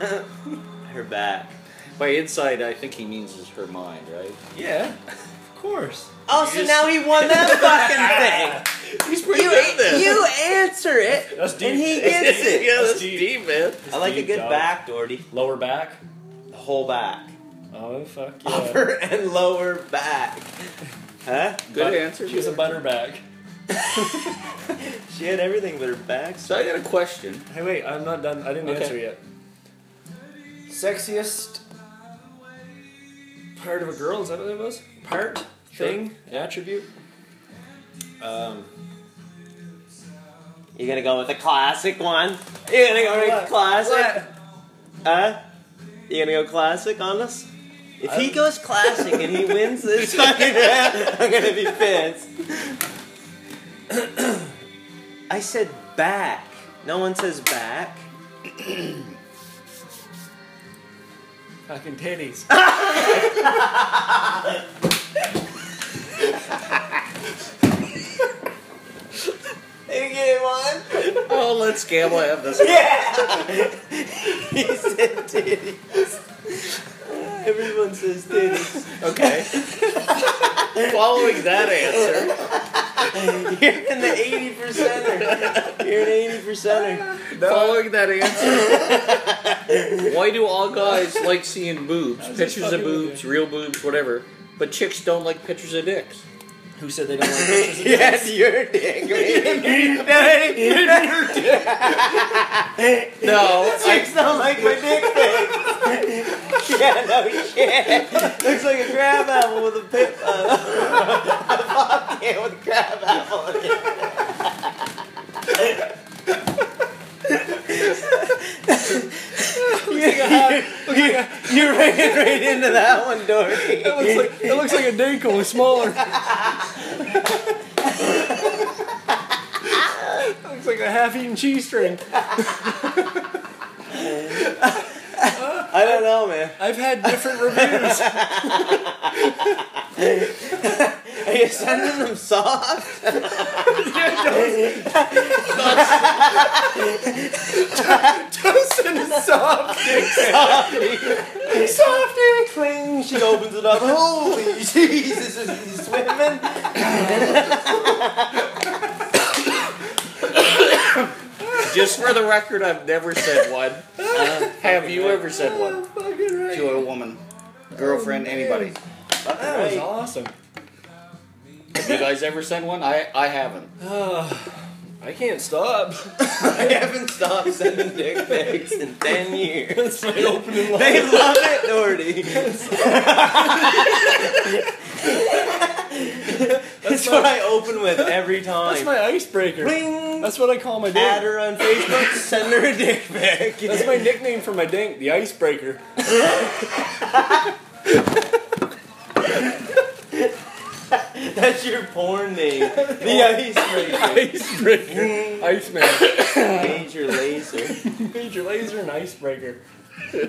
[SPEAKER 1] her back.
[SPEAKER 3] By inside, I think he means is her mind, right?
[SPEAKER 2] Yeah, of course.
[SPEAKER 1] Oh, so now he won
[SPEAKER 2] <laughs>
[SPEAKER 1] that
[SPEAKER 3] He's
[SPEAKER 1] fucking thing.
[SPEAKER 3] pretty
[SPEAKER 1] You, you answer it,
[SPEAKER 2] That's deep.
[SPEAKER 1] and he gets it.
[SPEAKER 3] yeah, that's
[SPEAKER 2] That's deep.
[SPEAKER 3] deep, man.
[SPEAKER 1] I like a
[SPEAKER 2] deep,
[SPEAKER 1] good
[SPEAKER 2] dog.
[SPEAKER 1] back, Doherty.
[SPEAKER 2] Lower back.
[SPEAKER 1] The whole back,
[SPEAKER 2] Oh fuck
[SPEAKER 1] upper and lower back. Huh?
[SPEAKER 3] Good
[SPEAKER 2] But-
[SPEAKER 3] answer.
[SPEAKER 2] She was a
[SPEAKER 3] there.
[SPEAKER 2] butterback.
[SPEAKER 1] She had everything but her back.
[SPEAKER 3] So I got a question.
[SPEAKER 2] Hey, wait, I'm not done. I didn't
[SPEAKER 3] Okay.
[SPEAKER 2] answer yet. Sexiest part of a girl, is that what it was? Part?
[SPEAKER 3] Sure.
[SPEAKER 2] Thing? Attribute? Um,
[SPEAKER 1] You're gonna go with the classic one. You're gonna go with classic, huh? You're gonna go classic on us. If he
[SPEAKER 2] I-
[SPEAKER 1] goes classic and <laughs> he wins this, fucking round, I'm gonna be pissed. <coughs> I said back. No one says back.
[SPEAKER 2] Fucking titties.
[SPEAKER 1] You get one?
[SPEAKER 3] Oh, let's gamble. I have this.
[SPEAKER 1] Yeah. <laughs> he said titties. Everyone says titties.
[SPEAKER 2] <laughs>
[SPEAKER 3] Okay. Following that answer,
[SPEAKER 1] You're in the eighty percenter. You're an eighty percenter.
[SPEAKER 3] following that answer, why do all guys like seeing boobs,
[SPEAKER 2] was just
[SPEAKER 3] pictures of
[SPEAKER 2] fucking with
[SPEAKER 3] boobs, real boobs, whatever, but chicks don't like pictures of dicks?
[SPEAKER 2] Who said they don't like pictures
[SPEAKER 1] <laughs>
[SPEAKER 2] of
[SPEAKER 1] yes, you're dick. <laughs> Chicks
[SPEAKER 3] No, I,
[SPEAKER 1] don't like my dick pics. <laughs> yeah, no shit. Looks like a crab apple with a pip. <laughs> Uh, a popcan with a crab apple in it.
[SPEAKER 2] <laughs>
[SPEAKER 1] you, you, you ran right into that one, Dory.
[SPEAKER 2] It looks like, it looks like a dinkle, it's smaller. <laughs> it looks like a half-eaten cheese string.
[SPEAKER 1] I don't know, man.
[SPEAKER 2] I've had different reviews.
[SPEAKER 1] Are you sending them soft?
[SPEAKER 2] Justin is soft.
[SPEAKER 1] Soft and cling. She opens it up. Holy <laughs> Jesus, is he swimming?
[SPEAKER 3] just for the record, I've never said one. Uh, have you ever said one
[SPEAKER 2] Fucking right.
[SPEAKER 3] to a woman, girlfriend, anybody?
[SPEAKER 2] That was awesome.
[SPEAKER 3] Have you guys ever sent one? I I haven't.
[SPEAKER 2] I can't stop.
[SPEAKER 1] I haven't stopped sending dick pics in 10 years.
[SPEAKER 2] That's my opening line.
[SPEAKER 1] They love <laughs> it, Doherty. That's what I open with every time.
[SPEAKER 2] That's my icebreader.
[SPEAKER 1] Bling!
[SPEAKER 2] That's what I call my
[SPEAKER 1] Add
[SPEAKER 2] dink.
[SPEAKER 1] her on Facebook, send her a dick pic.
[SPEAKER 2] That's my nickname for my dink, the icebreaker.
[SPEAKER 1] That's your porn name. The icebreaker.
[SPEAKER 2] Icebreaker. <laughs> Iceman.
[SPEAKER 1] Major laser.
[SPEAKER 2] Major laser and icebreaker.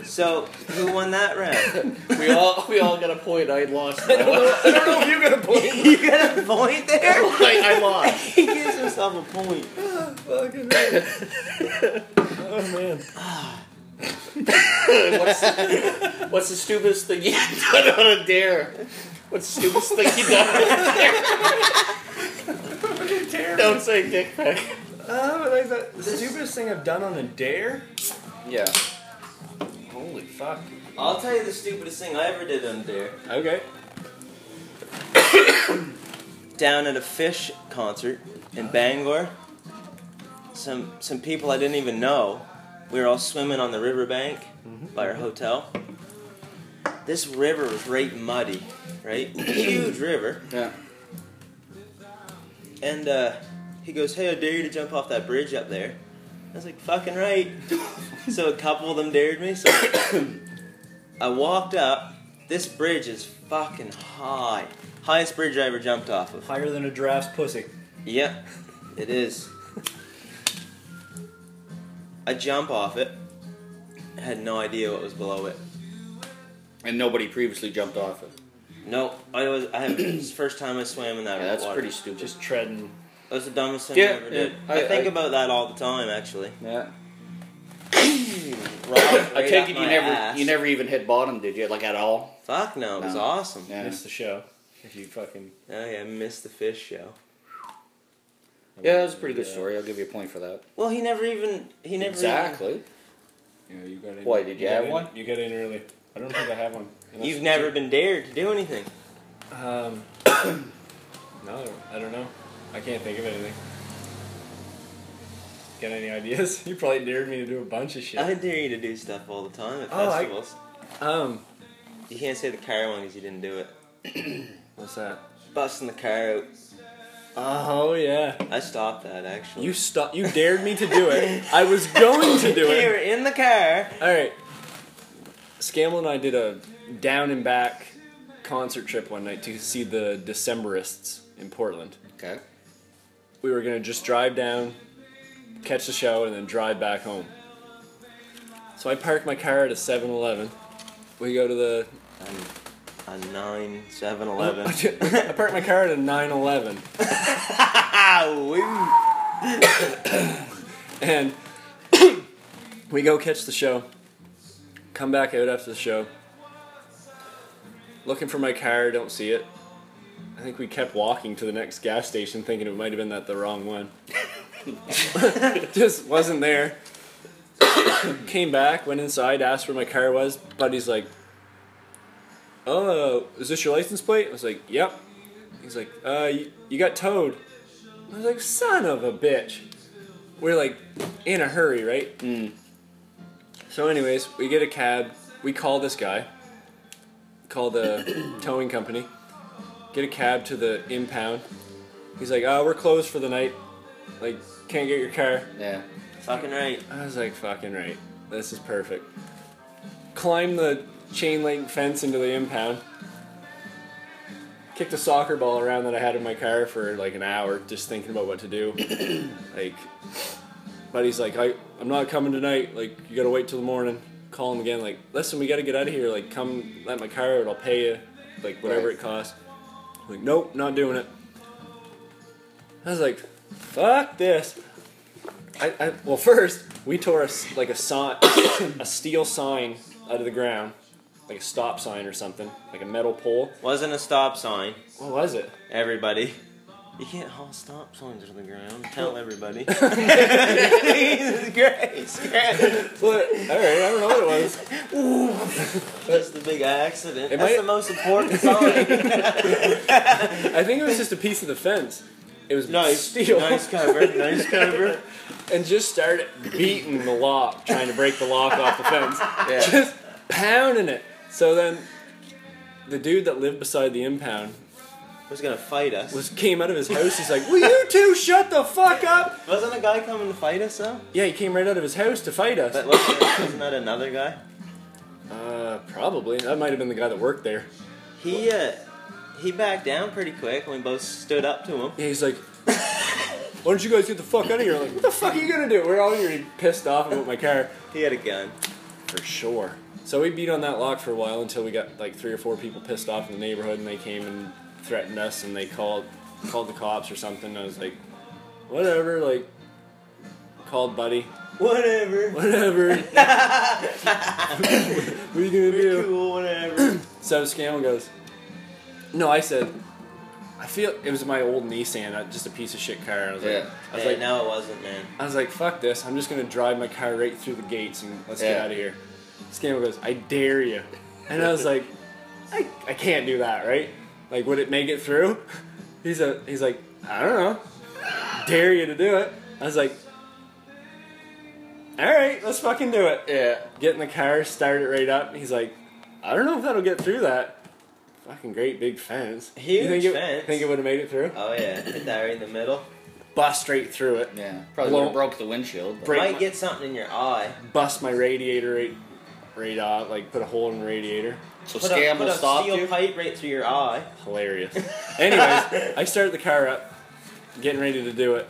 [SPEAKER 1] So, who won that round?
[SPEAKER 3] We all we all got a point. I lost. that one.
[SPEAKER 2] I don't know if you got a point. <laughs>
[SPEAKER 1] You got a point there?
[SPEAKER 3] <laughs> I, I lost.
[SPEAKER 1] He gives himself a point.
[SPEAKER 2] Fucking right. Oh man.
[SPEAKER 3] What's the, what's the stupidest <laughs> thing you've done on a dare? What's the stupidest thing you've done on a dare?
[SPEAKER 2] Fucking terrible.
[SPEAKER 3] Don't say dick pic.
[SPEAKER 2] Uh, but I thought the stupidest thing I've done on a dare.
[SPEAKER 3] Yeah.
[SPEAKER 2] Holy fuck.
[SPEAKER 1] I'll tell you the stupidest thing I ever did on there.
[SPEAKER 2] Okay.
[SPEAKER 1] down at a fish concert in Bangor. Some some people I didn't even know We were all swimming on the riverbank by our hotel. This river was right muddy, right? Huge river.
[SPEAKER 3] Yeah.
[SPEAKER 1] And uh, he goes, Hey, I dare you to jump off that bridge up there. I was like, Fucking right. so a couple of them dared me. So <coughs> I walked up. This bridge is fucking high. Highest bridge I ever jumped off of.
[SPEAKER 4] Higher than a giraffe's pussy.
[SPEAKER 1] Yep, it is. I jump off it. I had no idea what was below it.
[SPEAKER 3] And nobody previously jumped off it.
[SPEAKER 1] No, I was. I had this is the first time I swam in that.
[SPEAKER 3] Yeah, that's
[SPEAKER 1] water.
[SPEAKER 3] pretty stupid.
[SPEAKER 4] Just treading.
[SPEAKER 1] That was the dumbest thing
[SPEAKER 2] Yeah,
[SPEAKER 1] I ever did.
[SPEAKER 2] yeah,
[SPEAKER 1] I,
[SPEAKER 2] I-
[SPEAKER 1] think
[SPEAKER 2] I-
[SPEAKER 1] about that all the time, actually.
[SPEAKER 3] yeah.
[SPEAKER 1] Right
[SPEAKER 3] I
[SPEAKER 1] up
[SPEAKER 3] take it you
[SPEAKER 1] my
[SPEAKER 3] never
[SPEAKER 1] ass.
[SPEAKER 3] you never even hit bottom, did you? Like at all?
[SPEAKER 1] Fuck no, it was
[SPEAKER 3] No.
[SPEAKER 1] awesome.
[SPEAKER 3] Yeah.
[SPEAKER 4] Missed the show. If you fucking.
[SPEAKER 1] Oh yeah, I missed the fish show.
[SPEAKER 3] Yeah, that's a pretty good
[SPEAKER 4] Yeah.
[SPEAKER 3] story. I'll give you a point for that.
[SPEAKER 1] Well, he never even. He never
[SPEAKER 3] exactly.
[SPEAKER 2] Yeah, you got in.
[SPEAKER 3] Why, did you
[SPEAKER 2] got
[SPEAKER 3] have
[SPEAKER 2] in-
[SPEAKER 3] one?
[SPEAKER 2] You got in early. I don't think I have one.
[SPEAKER 1] Even, you've never been dared to do anything.
[SPEAKER 2] Um, <coughs> no, I don't know. I can't think of anything. Got any ideas? <laughs> You probably dared me to do a bunch of shit.
[SPEAKER 1] I dare you to do stuff all the time at
[SPEAKER 2] Oh, I-
[SPEAKER 1] festivals.
[SPEAKER 2] um,
[SPEAKER 1] You can't say the car one because you didn't do it.
[SPEAKER 2] what's that?
[SPEAKER 1] Busting the car out.
[SPEAKER 2] Oh yeah,
[SPEAKER 1] I stopped that actually.
[SPEAKER 2] you stop. You dared me to do it. <laughs> I was going to do
[SPEAKER 1] We
[SPEAKER 2] it.
[SPEAKER 1] were in the car.
[SPEAKER 2] All right. Scamble and I did a down and back concert trip one night to see the Decemberists in Portland.
[SPEAKER 3] Okay.
[SPEAKER 2] we were gonna just drive down, catch the show, and then drive back home. So I parked my car at a 7-Eleven. We go to the.
[SPEAKER 1] A nine seven eleven.
[SPEAKER 2] <laughs> I parked my car at a 9-Eleven,
[SPEAKER 1] Ow!
[SPEAKER 2] and <clears throat> we go catch the show. Come back out after the show. Looking for my car, don't see it. I think we kept walking to the next gas station, thinking it might have been that the wrong one. <laughs> Just wasn't there. <coughs> Came back, went inside, asked where my car was. Buddy's like, "Oh, is this your license plate?" I was like, "Yep." He's like, "Uh, you, you got towed." I was like, "Son of a bitch." We're like in a hurry, right? Mm. So, anyways, we get a cab. We call this guy. Call the towing company. Get a cab to the impound. He's like, "Oh, we're closed for the night. Like, can't get your car."
[SPEAKER 3] Yeah.
[SPEAKER 1] Fucking right.
[SPEAKER 2] I was like, fucking right. This is perfect. Climb the chain link fence into the impound. Kicked a soccer ball around that I had in my car for like an hour, just thinking about what to do. like, buddy's like, I, I'm not coming tonight. Like, you gotta wait till the morning. Call him again. Like, listen, we gotta get out of here. Like, come let my car out. I'll pay you, like whatever
[SPEAKER 3] Right.
[SPEAKER 2] it costs. Like, nope, not doing it. I was like, fuck this. I, I well, first we tore a s like a sign, a steel sign out of the ground, like a stop sign or something, like a metal pole.
[SPEAKER 1] Wasn't a stop sign.
[SPEAKER 2] What was it?
[SPEAKER 1] Everybody. You can't haul stop signs to the ground. Tell everybody.
[SPEAKER 2] <laughs>
[SPEAKER 1] <laughs> Jesus Christ. Christ.
[SPEAKER 2] What? All right, I don't know what it was.
[SPEAKER 1] That's the big accident.
[SPEAKER 2] It
[SPEAKER 1] That's
[SPEAKER 2] might-
[SPEAKER 1] the most important
[SPEAKER 2] <laughs>
[SPEAKER 1] sign.
[SPEAKER 2] I think it was just a piece of the fence. It was
[SPEAKER 1] nice
[SPEAKER 2] steel,
[SPEAKER 1] Nice cover.
[SPEAKER 2] <laughs>
[SPEAKER 1] Nice cover.
[SPEAKER 2] and just started beating the lock, trying to break the lock off the fence,
[SPEAKER 3] Yeah.
[SPEAKER 2] just pounding it. So then, the dude that lived beside the impound
[SPEAKER 1] Was gonna fight us. Was,
[SPEAKER 2] was came out of his house. He's like, "Will you two shut the fuck up?"
[SPEAKER 1] not a guy coming to fight us though?
[SPEAKER 2] Yeah, he came right out of his house to fight us.
[SPEAKER 1] But wasn't, that- wasn't that another guy?
[SPEAKER 2] Uh, probably. That might have been the guy that worked there.
[SPEAKER 1] He uh, he backed down pretty quick when we both stood up to him.
[SPEAKER 2] Yeah, he's like, why don't you guys get the fuck out of here? Like, what the fuck are you gonna do? We're all already pissed off about my car.
[SPEAKER 1] He had a gun.
[SPEAKER 2] For sure. So we beat on that lock for a while until we got like three or four people pissed off in the neighborhood and they came and threatened us and they called called the cops or something. I was like, whatever, like, called buddy, <laughs>
[SPEAKER 1] Whatever.
[SPEAKER 2] whatever. what are you gonna do?
[SPEAKER 1] We're cool, whatever.
[SPEAKER 2] So Scammel goes, No, I said, I feel it was my old Nissan, uh, just a piece of shit car. I was like,
[SPEAKER 3] Yeah.
[SPEAKER 2] I was
[SPEAKER 1] hey,
[SPEAKER 2] like,
[SPEAKER 1] no, it wasn't, man.
[SPEAKER 2] I was like, fuck this. I'm just gonna drive my car right through the gates and let's get
[SPEAKER 3] Yeah.
[SPEAKER 2] out of here. Scammel goes, I dare you. And I was like, I, I can't do that, right? Like, would it make it through? <laughs> He's a he's like, I don't know. Dare you to do it. I was like, all right, let's fucking do it.
[SPEAKER 3] Yeah.
[SPEAKER 2] Get in the car, start it right up. He's like, I don't know if that'll get through that. Fucking great big fence.
[SPEAKER 1] Huge
[SPEAKER 2] you think it,
[SPEAKER 1] fence.
[SPEAKER 2] Think it would have made it through?
[SPEAKER 1] Oh yeah, hit that right in the middle.
[SPEAKER 2] Bust straight through it.
[SPEAKER 3] Yeah. Probably
[SPEAKER 2] Blow-
[SPEAKER 3] would've broke the windshield. But
[SPEAKER 2] Break
[SPEAKER 1] Might
[SPEAKER 2] my-
[SPEAKER 1] get something in your eye.
[SPEAKER 2] Bust my radiator right, right off. Like put a hole in the radiator.
[SPEAKER 3] so
[SPEAKER 1] Put a,
[SPEAKER 3] Scam
[SPEAKER 1] put
[SPEAKER 3] will
[SPEAKER 1] a
[SPEAKER 3] stop
[SPEAKER 1] steel
[SPEAKER 3] you.
[SPEAKER 1] pipe right through your eye.
[SPEAKER 2] Hilarious. <laughs> Anyways, I start the car up, getting ready to do it.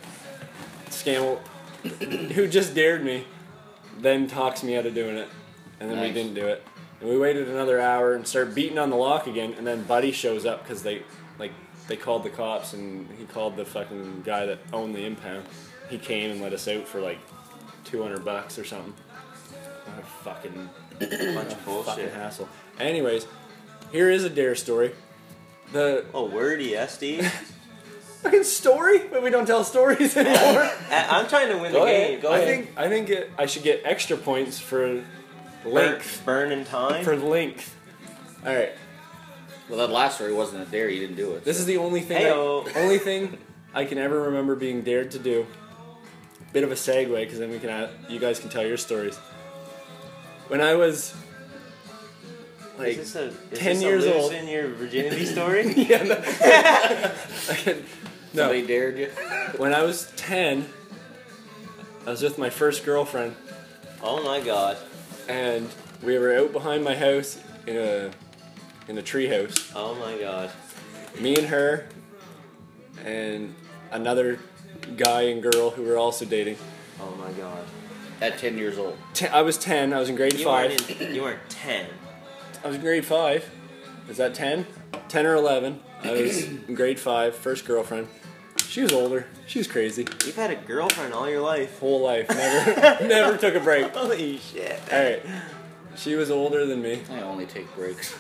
[SPEAKER 2] Scammel, who just dared me, then talks me out of doing it, and then
[SPEAKER 3] Nice.
[SPEAKER 2] we didn't do it. And we waited another hour and started beating on the lock again, and then Buddy shows up because they like they called the cops and he called the fucking guy that owned the impound. He came and let us out for like two hundred bucks or something. What a fucking
[SPEAKER 1] Bunch of
[SPEAKER 2] fucking
[SPEAKER 1] bullshit.
[SPEAKER 2] hassle. Anyways, here is a dare story. The
[SPEAKER 1] Oh wordy SD.
[SPEAKER 2] fucking story, but we don't tell stories <laughs> anymore.
[SPEAKER 1] <laughs> I- I'm trying to win the game. Go
[SPEAKER 2] I
[SPEAKER 1] ahead.
[SPEAKER 2] think I think it, I should get extra points for
[SPEAKER 1] Burn-
[SPEAKER 2] length.
[SPEAKER 1] burning time.
[SPEAKER 2] For length. All right,
[SPEAKER 3] Well, that last story wasn't a dare. You didn't do it.
[SPEAKER 2] this is the only thing. I,
[SPEAKER 1] Heyo.
[SPEAKER 2] <laughs> only thing I can ever remember being dared to do. Bit of a segue, because then we can add, you guys can tell your stories. When I was like
[SPEAKER 1] is this a, is
[SPEAKER 2] 10
[SPEAKER 1] this
[SPEAKER 2] years
[SPEAKER 1] a
[SPEAKER 2] old.
[SPEAKER 1] in your virginity story?
[SPEAKER 2] yeah, no. I can- no.
[SPEAKER 3] Somebody dared you. <laughs>
[SPEAKER 2] When I was 10, I was with my first girlfriend,
[SPEAKER 1] oh my god.
[SPEAKER 2] and we were out behind my house in a in a tree house.
[SPEAKER 1] Oh my god.
[SPEAKER 2] Me and her, and another guy and girl who were also dating.
[SPEAKER 1] Oh my god.
[SPEAKER 3] At 10 years old.
[SPEAKER 2] Ten, I was 10. I was in grade
[SPEAKER 1] You
[SPEAKER 2] five.
[SPEAKER 1] weren't in, you weren't ten.
[SPEAKER 2] I was in grade five. Is that 10? 10 or 11. I <coughs> was in grade five. First girlfriend. She was older. She was crazy.
[SPEAKER 1] You've had a girlfriend all your life.
[SPEAKER 2] Whole life <laughs> never never took a break. All
[SPEAKER 1] Holy shit.
[SPEAKER 2] right. She was older than me.
[SPEAKER 3] I only take breaks.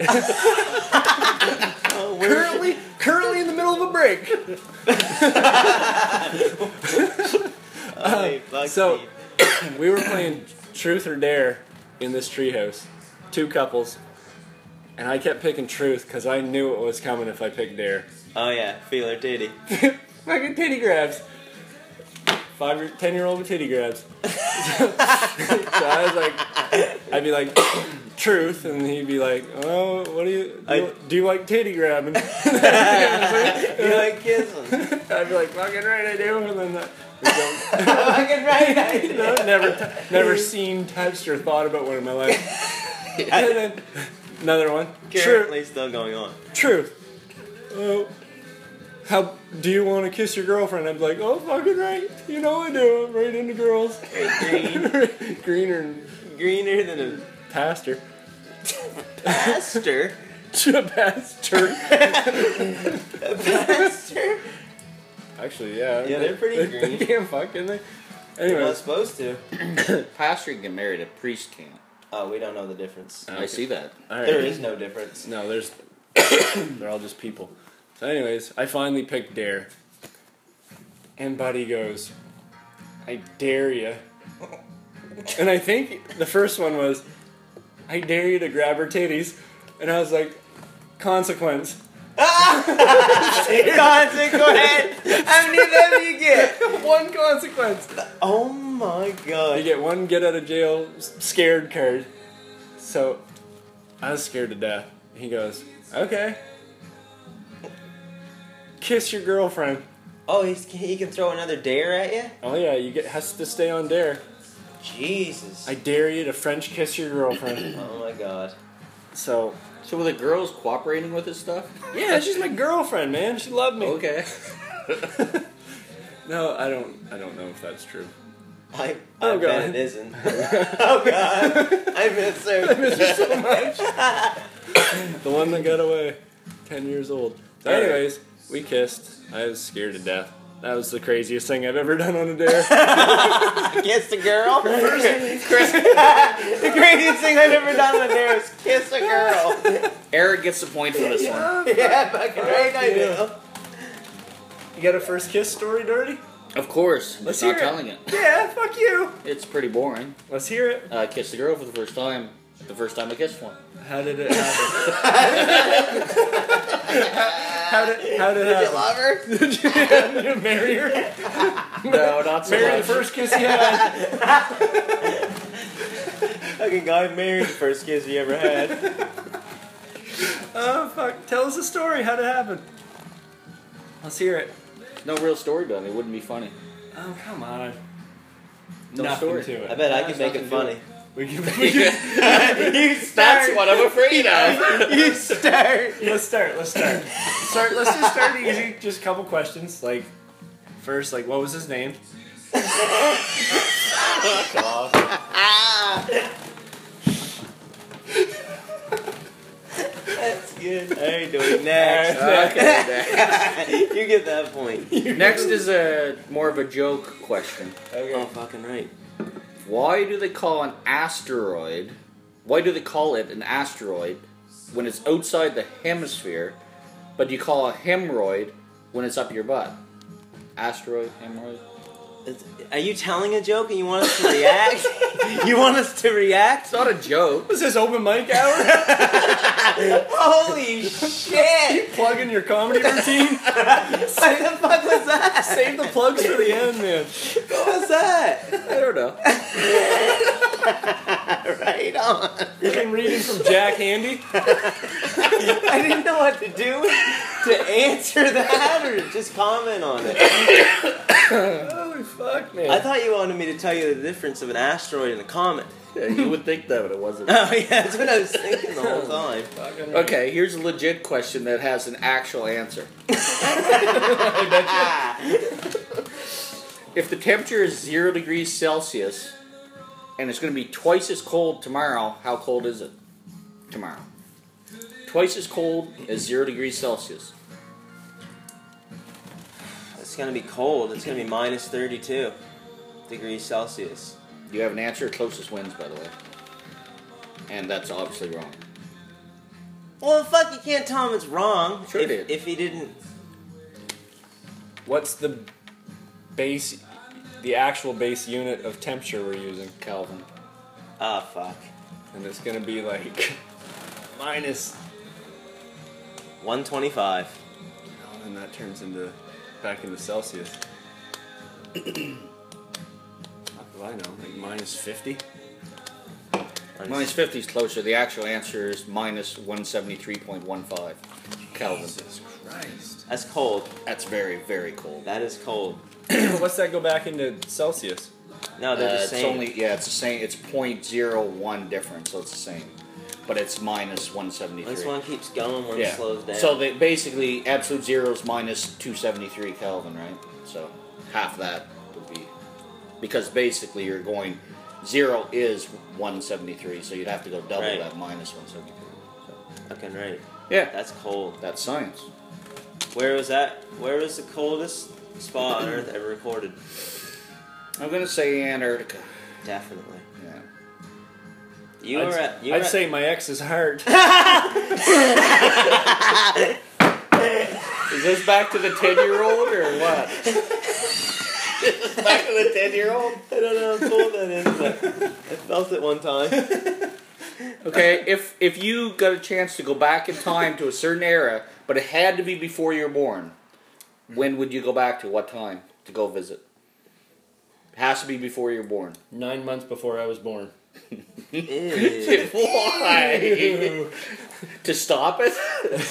[SPEAKER 1] Oh, where-
[SPEAKER 2] <laughs> currently currently in the middle of a break.
[SPEAKER 1] <laughs> Holy fuck,
[SPEAKER 2] so-
[SPEAKER 1] Steve.
[SPEAKER 2] We were playing Truth or Dare in this treehouse, two couples, and I kept picking Truth because I knew it was coming if I picked Dare. <laughs>
[SPEAKER 1] Oh yeah, feeler titty. <laughs>
[SPEAKER 2] Fucking titty grabs. Five or ten year old with titty grabs. <laughs> so I was like, I'd be like, <coughs> Truth, and he'd be like, Oh, what do you do?
[SPEAKER 1] I-
[SPEAKER 2] you, do you like titty grabbing?
[SPEAKER 1] You like kissing?
[SPEAKER 2] I'd be like, Fucking right, I do. And then uh, we'd go-
[SPEAKER 1] <laughs> Fucking
[SPEAKER 2] <laughs>
[SPEAKER 1] right.
[SPEAKER 2] No, never,
[SPEAKER 1] <laughs>
[SPEAKER 2] never seen, touched, or thought about one in my life. And then another one. Truth.
[SPEAKER 1] Currently still going on.
[SPEAKER 2] Truth. Oh, how do you want to kiss your girlfriend? I'm like, oh, fucking right. You know I do. I'm right into girls. <laughs>
[SPEAKER 1] Green,
[SPEAKER 2] Greener and
[SPEAKER 1] greener than
[SPEAKER 2] pastor. <laughs>
[SPEAKER 1] a pastor.
[SPEAKER 2] pastor.
[SPEAKER 1] <laughs> A pastor?
[SPEAKER 2] Actually, yeah.
[SPEAKER 1] Yeah, they're
[SPEAKER 2] <laughs>
[SPEAKER 1] pretty
[SPEAKER 2] they,
[SPEAKER 1] green.
[SPEAKER 2] Damn fucking they.
[SPEAKER 1] You're not
[SPEAKER 2] Anyways,
[SPEAKER 1] supposed to.
[SPEAKER 3] Pastor can get married, a priest can't.
[SPEAKER 1] Oh, we don't know the difference.
[SPEAKER 3] I see that.
[SPEAKER 2] all right.
[SPEAKER 1] There is no <laughs> difference.
[SPEAKER 2] No, there's. <coughs> they're all just people. So, anyways, I finally picked Dare. And Buddy goes, I dare you. And I think the first one was, I dare you to grab her titties. And I was like, consequence. <laughs>
[SPEAKER 1] Consequent. How many of them you get?
[SPEAKER 2] one consequence.
[SPEAKER 1] Oh my
[SPEAKER 2] You
[SPEAKER 1] god.
[SPEAKER 2] get one get out of jail s- scared card. So I was scared to death. He goes, okay. Kiss your girlfriend.
[SPEAKER 1] Oh, he's, he can throw another dare at you?
[SPEAKER 2] Oh yeah, you get has to stay on dare.
[SPEAKER 1] Jesus.
[SPEAKER 2] I dare you to French kiss your girlfriend.
[SPEAKER 1] oh my god.
[SPEAKER 2] so
[SPEAKER 3] So were the girls cooperating with this stuff?
[SPEAKER 2] yeah, <laughs> she's my girlfriend, man. She loved me.
[SPEAKER 3] Okay.
[SPEAKER 2] No, I don't. I don't know if that's true.
[SPEAKER 1] I, I
[SPEAKER 2] Oh,
[SPEAKER 1] bet
[SPEAKER 2] God.
[SPEAKER 1] it <laughs> isn't. oh god. I miss her.
[SPEAKER 2] The one that got away, ten years old. So anyways, we kissed. I was scared to death. That was the craziest thing I've ever done on a <laughs> dare.
[SPEAKER 1] Kiss a <laughs> girl? <laughs> the greatest thing I've ever done on a dare is kiss a girl.
[SPEAKER 3] <laughs> Eric gets the point for this one.
[SPEAKER 1] <laughs> yeah, fucking right I do.
[SPEAKER 2] you got a first kiss story, Dirty?
[SPEAKER 3] Of course.
[SPEAKER 2] Let's
[SPEAKER 3] Let's not
[SPEAKER 2] hear it.
[SPEAKER 3] telling it.
[SPEAKER 2] Yeah, fuck you.
[SPEAKER 3] It's pretty boring.
[SPEAKER 2] Let's hear it.
[SPEAKER 3] I kissed a girl for the first time.
[SPEAKER 2] <laughs>
[SPEAKER 3] The first time I kissed one.
[SPEAKER 2] How did it happen? How did how did
[SPEAKER 1] Did you
[SPEAKER 2] that?
[SPEAKER 1] love her?
[SPEAKER 2] Did you, did you marry her?
[SPEAKER 3] No, not so
[SPEAKER 2] Marry the
[SPEAKER 3] much.
[SPEAKER 2] first kiss you had.
[SPEAKER 1] Fucking guy married the first kiss he ever had.
[SPEAKER 2] Oh fuck! Tell us the story. How would it happen? Let's hear it.
[SPEAKER 3] No real story done. It wouldn't be funny.
[SPEAKER 2] Oh come on.
[SPEAKER 3] No
[SPEAKER 2] Nothing
[SPEAKER 3] story.
[SPEAKER 2] to it.
[SPEAKER 1] I bet I
[SPEAKER 3] That
[SPEAKER 1] could
[SPEAKER 3] has
[SPEAKER 1] make it
[SPEAKER 3] nothing to do
[SPEAKER 1] funny.
[SPEAKER 2] We
[SPEAKER 1] <laughs>
[SPEAKER 2] can, we can,
[SPEAKER 1] you
[SPEAKER 3] That's what I'm afraid of.
[SPEAKER 1] you start.
[SPEAKER 2] let's start. Let's start. Start. Let's just
[SPEAKER 1] <laughs>
[SPEAKER 2] start easy. Just a couple questions. Like, first, like, what was his name?
[SPEAKER 1] That's good. I ain't doing next.
[SPEAKER 3] <laughs> <laughs> okay.
[SPEAKER 1] <laughs> you get that point.
[SPEAKER 3] Next is a more of a joke question.
[SPEAKER 1] Oh, fucking right.
[SPEAKER 3] Why do they call an asteroid? Why do they call it an asteroid when it's outside the hemisphere, but you call a hemorrhoid when it's up your butt? Asteroid, hemorrhoid.
[SPEAKER 1] It's- Are you telling a joke and you want us to react? you want us to react?
[SPEAKER 3] It's not a joke.
[SPEAKER 2] Was this open mic hour?
[SPEAKER 1] <laughs> Holy
[SPEAKER 2] you
[SPEAKER 1] shit!
[SPEAKER 2] plugging your comedy
[SPEAKER 1] <laughs>
[SPEAKER 2] routine?
[SPEAKER 1] What the fuck was that?
[SPEAKER 2] Save the plugs for the end, man.
[SPEAKER 1] What was that?
[SPEAKER 3] I don't know. <laughs>
[SPEAKER 1] Right on.
[SPEAKER 2] Fucking reading from Jack Handy.
[SPEAKER 1] <laughs> I didn't know what to do <laughs> to answer that or just comment on it.
[SPEAKER 2] Holy fuck, man.
[SPEAKER 1] I thought you wanted me to tell you the difference of an asteroid and a comet. <laughs>
[SPEAKER 3] Yeah, you would think that, but it wasn't.
[SPEAKER 1] Oh yeah, that's what I was thinking the whole time.
[SPEAKER 2] Fucking-
[SPEAKER 3] Okay, here's a legit question that has an actual answer. If the temperature is zero degrees Celsius and it's going to be twice as cold tomorrow, how cold is it tomorrow? Twice as cold as zero degrees Celsius.
[SPEAKER 1] It's gonna be cold. It's gonna be minus thirty-two degrees Celsius.
[SPEAKER 3] Do you have an answer? Closest wins, by the way. And that's obviously wrong.
[SPEAKER 1] Well, fuck, you can't tell him it's wrong.
[SPEAKER 3] Sure
[SPEAKER 1] if,
[SPEAKER 3] did.
[SPEAKER 1] if he didn't.
[SPEAKER 2] What's the base, the actual base unit of temperature we're using?
[SPEAKER 3] Calvin.
[SPEAKER 1] Ah, fuck.
[SPEAKER 2] And it's gonna be like <laughs> minus.
[SPEAKER 1] 125.
[SPEAKER 2] Oh, and that turns into back into Celsius. <clears throat> How do I know? Like minus fifty.
[SPEAKER 3] Minus 50 is closer. The actual answer is minus 173.15 Kelvin.
[SPEAKER 2] Jesus Christ.
[SPEAKER 1] That's cold.
[SPEAKER 3] That's very, very cold.
[SPEAKER 1] That is cold.
[SPEAKER 2] <clears throat> What's that go back into Celsius?
[SPEAKER 1] No, they're
[SPEAKER 3] Uh,
[SPEAKER 1] the
[SPEAKER 3] it's
[SPEAKER 1] same.
[SPEAKER 3] only yeah, it's the same. It's 0.01 difference, so it's the same, but it's minus one seventy
[SPEAKER 1] this
[SPEAKER 3] three.
[SPEAKER 1] one keeps going when
[SPEAKER 3] Yeah.
[SPEAKER 1] it slows down.
[SPEAKER 3] So they basically absolute zero is minus two seventy three Kelvin, right? So half that would be because basically you're going zero is one seventy three, so you'd have to go double
[SPEAKER 1] Right.
[SPEAKER 3] that minus one seventy three. So,
[SPEAKER 1] fucking right.
[SPEAKER 3] yeah,
[SPEAKER 1] That's cold.
[SPEAKER 3] that's science.
[SPEAKER 1] Where was that? Where was the coldest spot on Earth ever recorded?
[SPEAKER 3] I'm gonna say Antarctica.
[SPEAKER 1] Definitely.
[SPEAKER 3] Yeah.
[SPEAKER 1] You
[SPEAKER 2] I'd,
[SPEAKER 1] were at. You were
[SPEAKER 2] I'd
[SPEAKER 1] at-
[SPEAKER 2] say my ex is <laughs> hard.
[SPEAKER 3] Is this back to the ten year old or what? Is this back to the ten year old?
[SPEAKER 1] <laughs> I don't know how cold that is, but I felt it one
[SPEAKER 3] <laughs>
[SPEAKER 1] time.
[SPEAKER 3] Okay, if if you got a chance to go back in time to a certain era, but it had to be before you were born, when would you go back to? What time to go visit? It has to be before you're born.
[SPEAKER 2] Nine months before I was born.
[SPEAKER 1] Ew.
[SPEAKER 3] <laughs> <laughs> Why? to stop <laughs> it?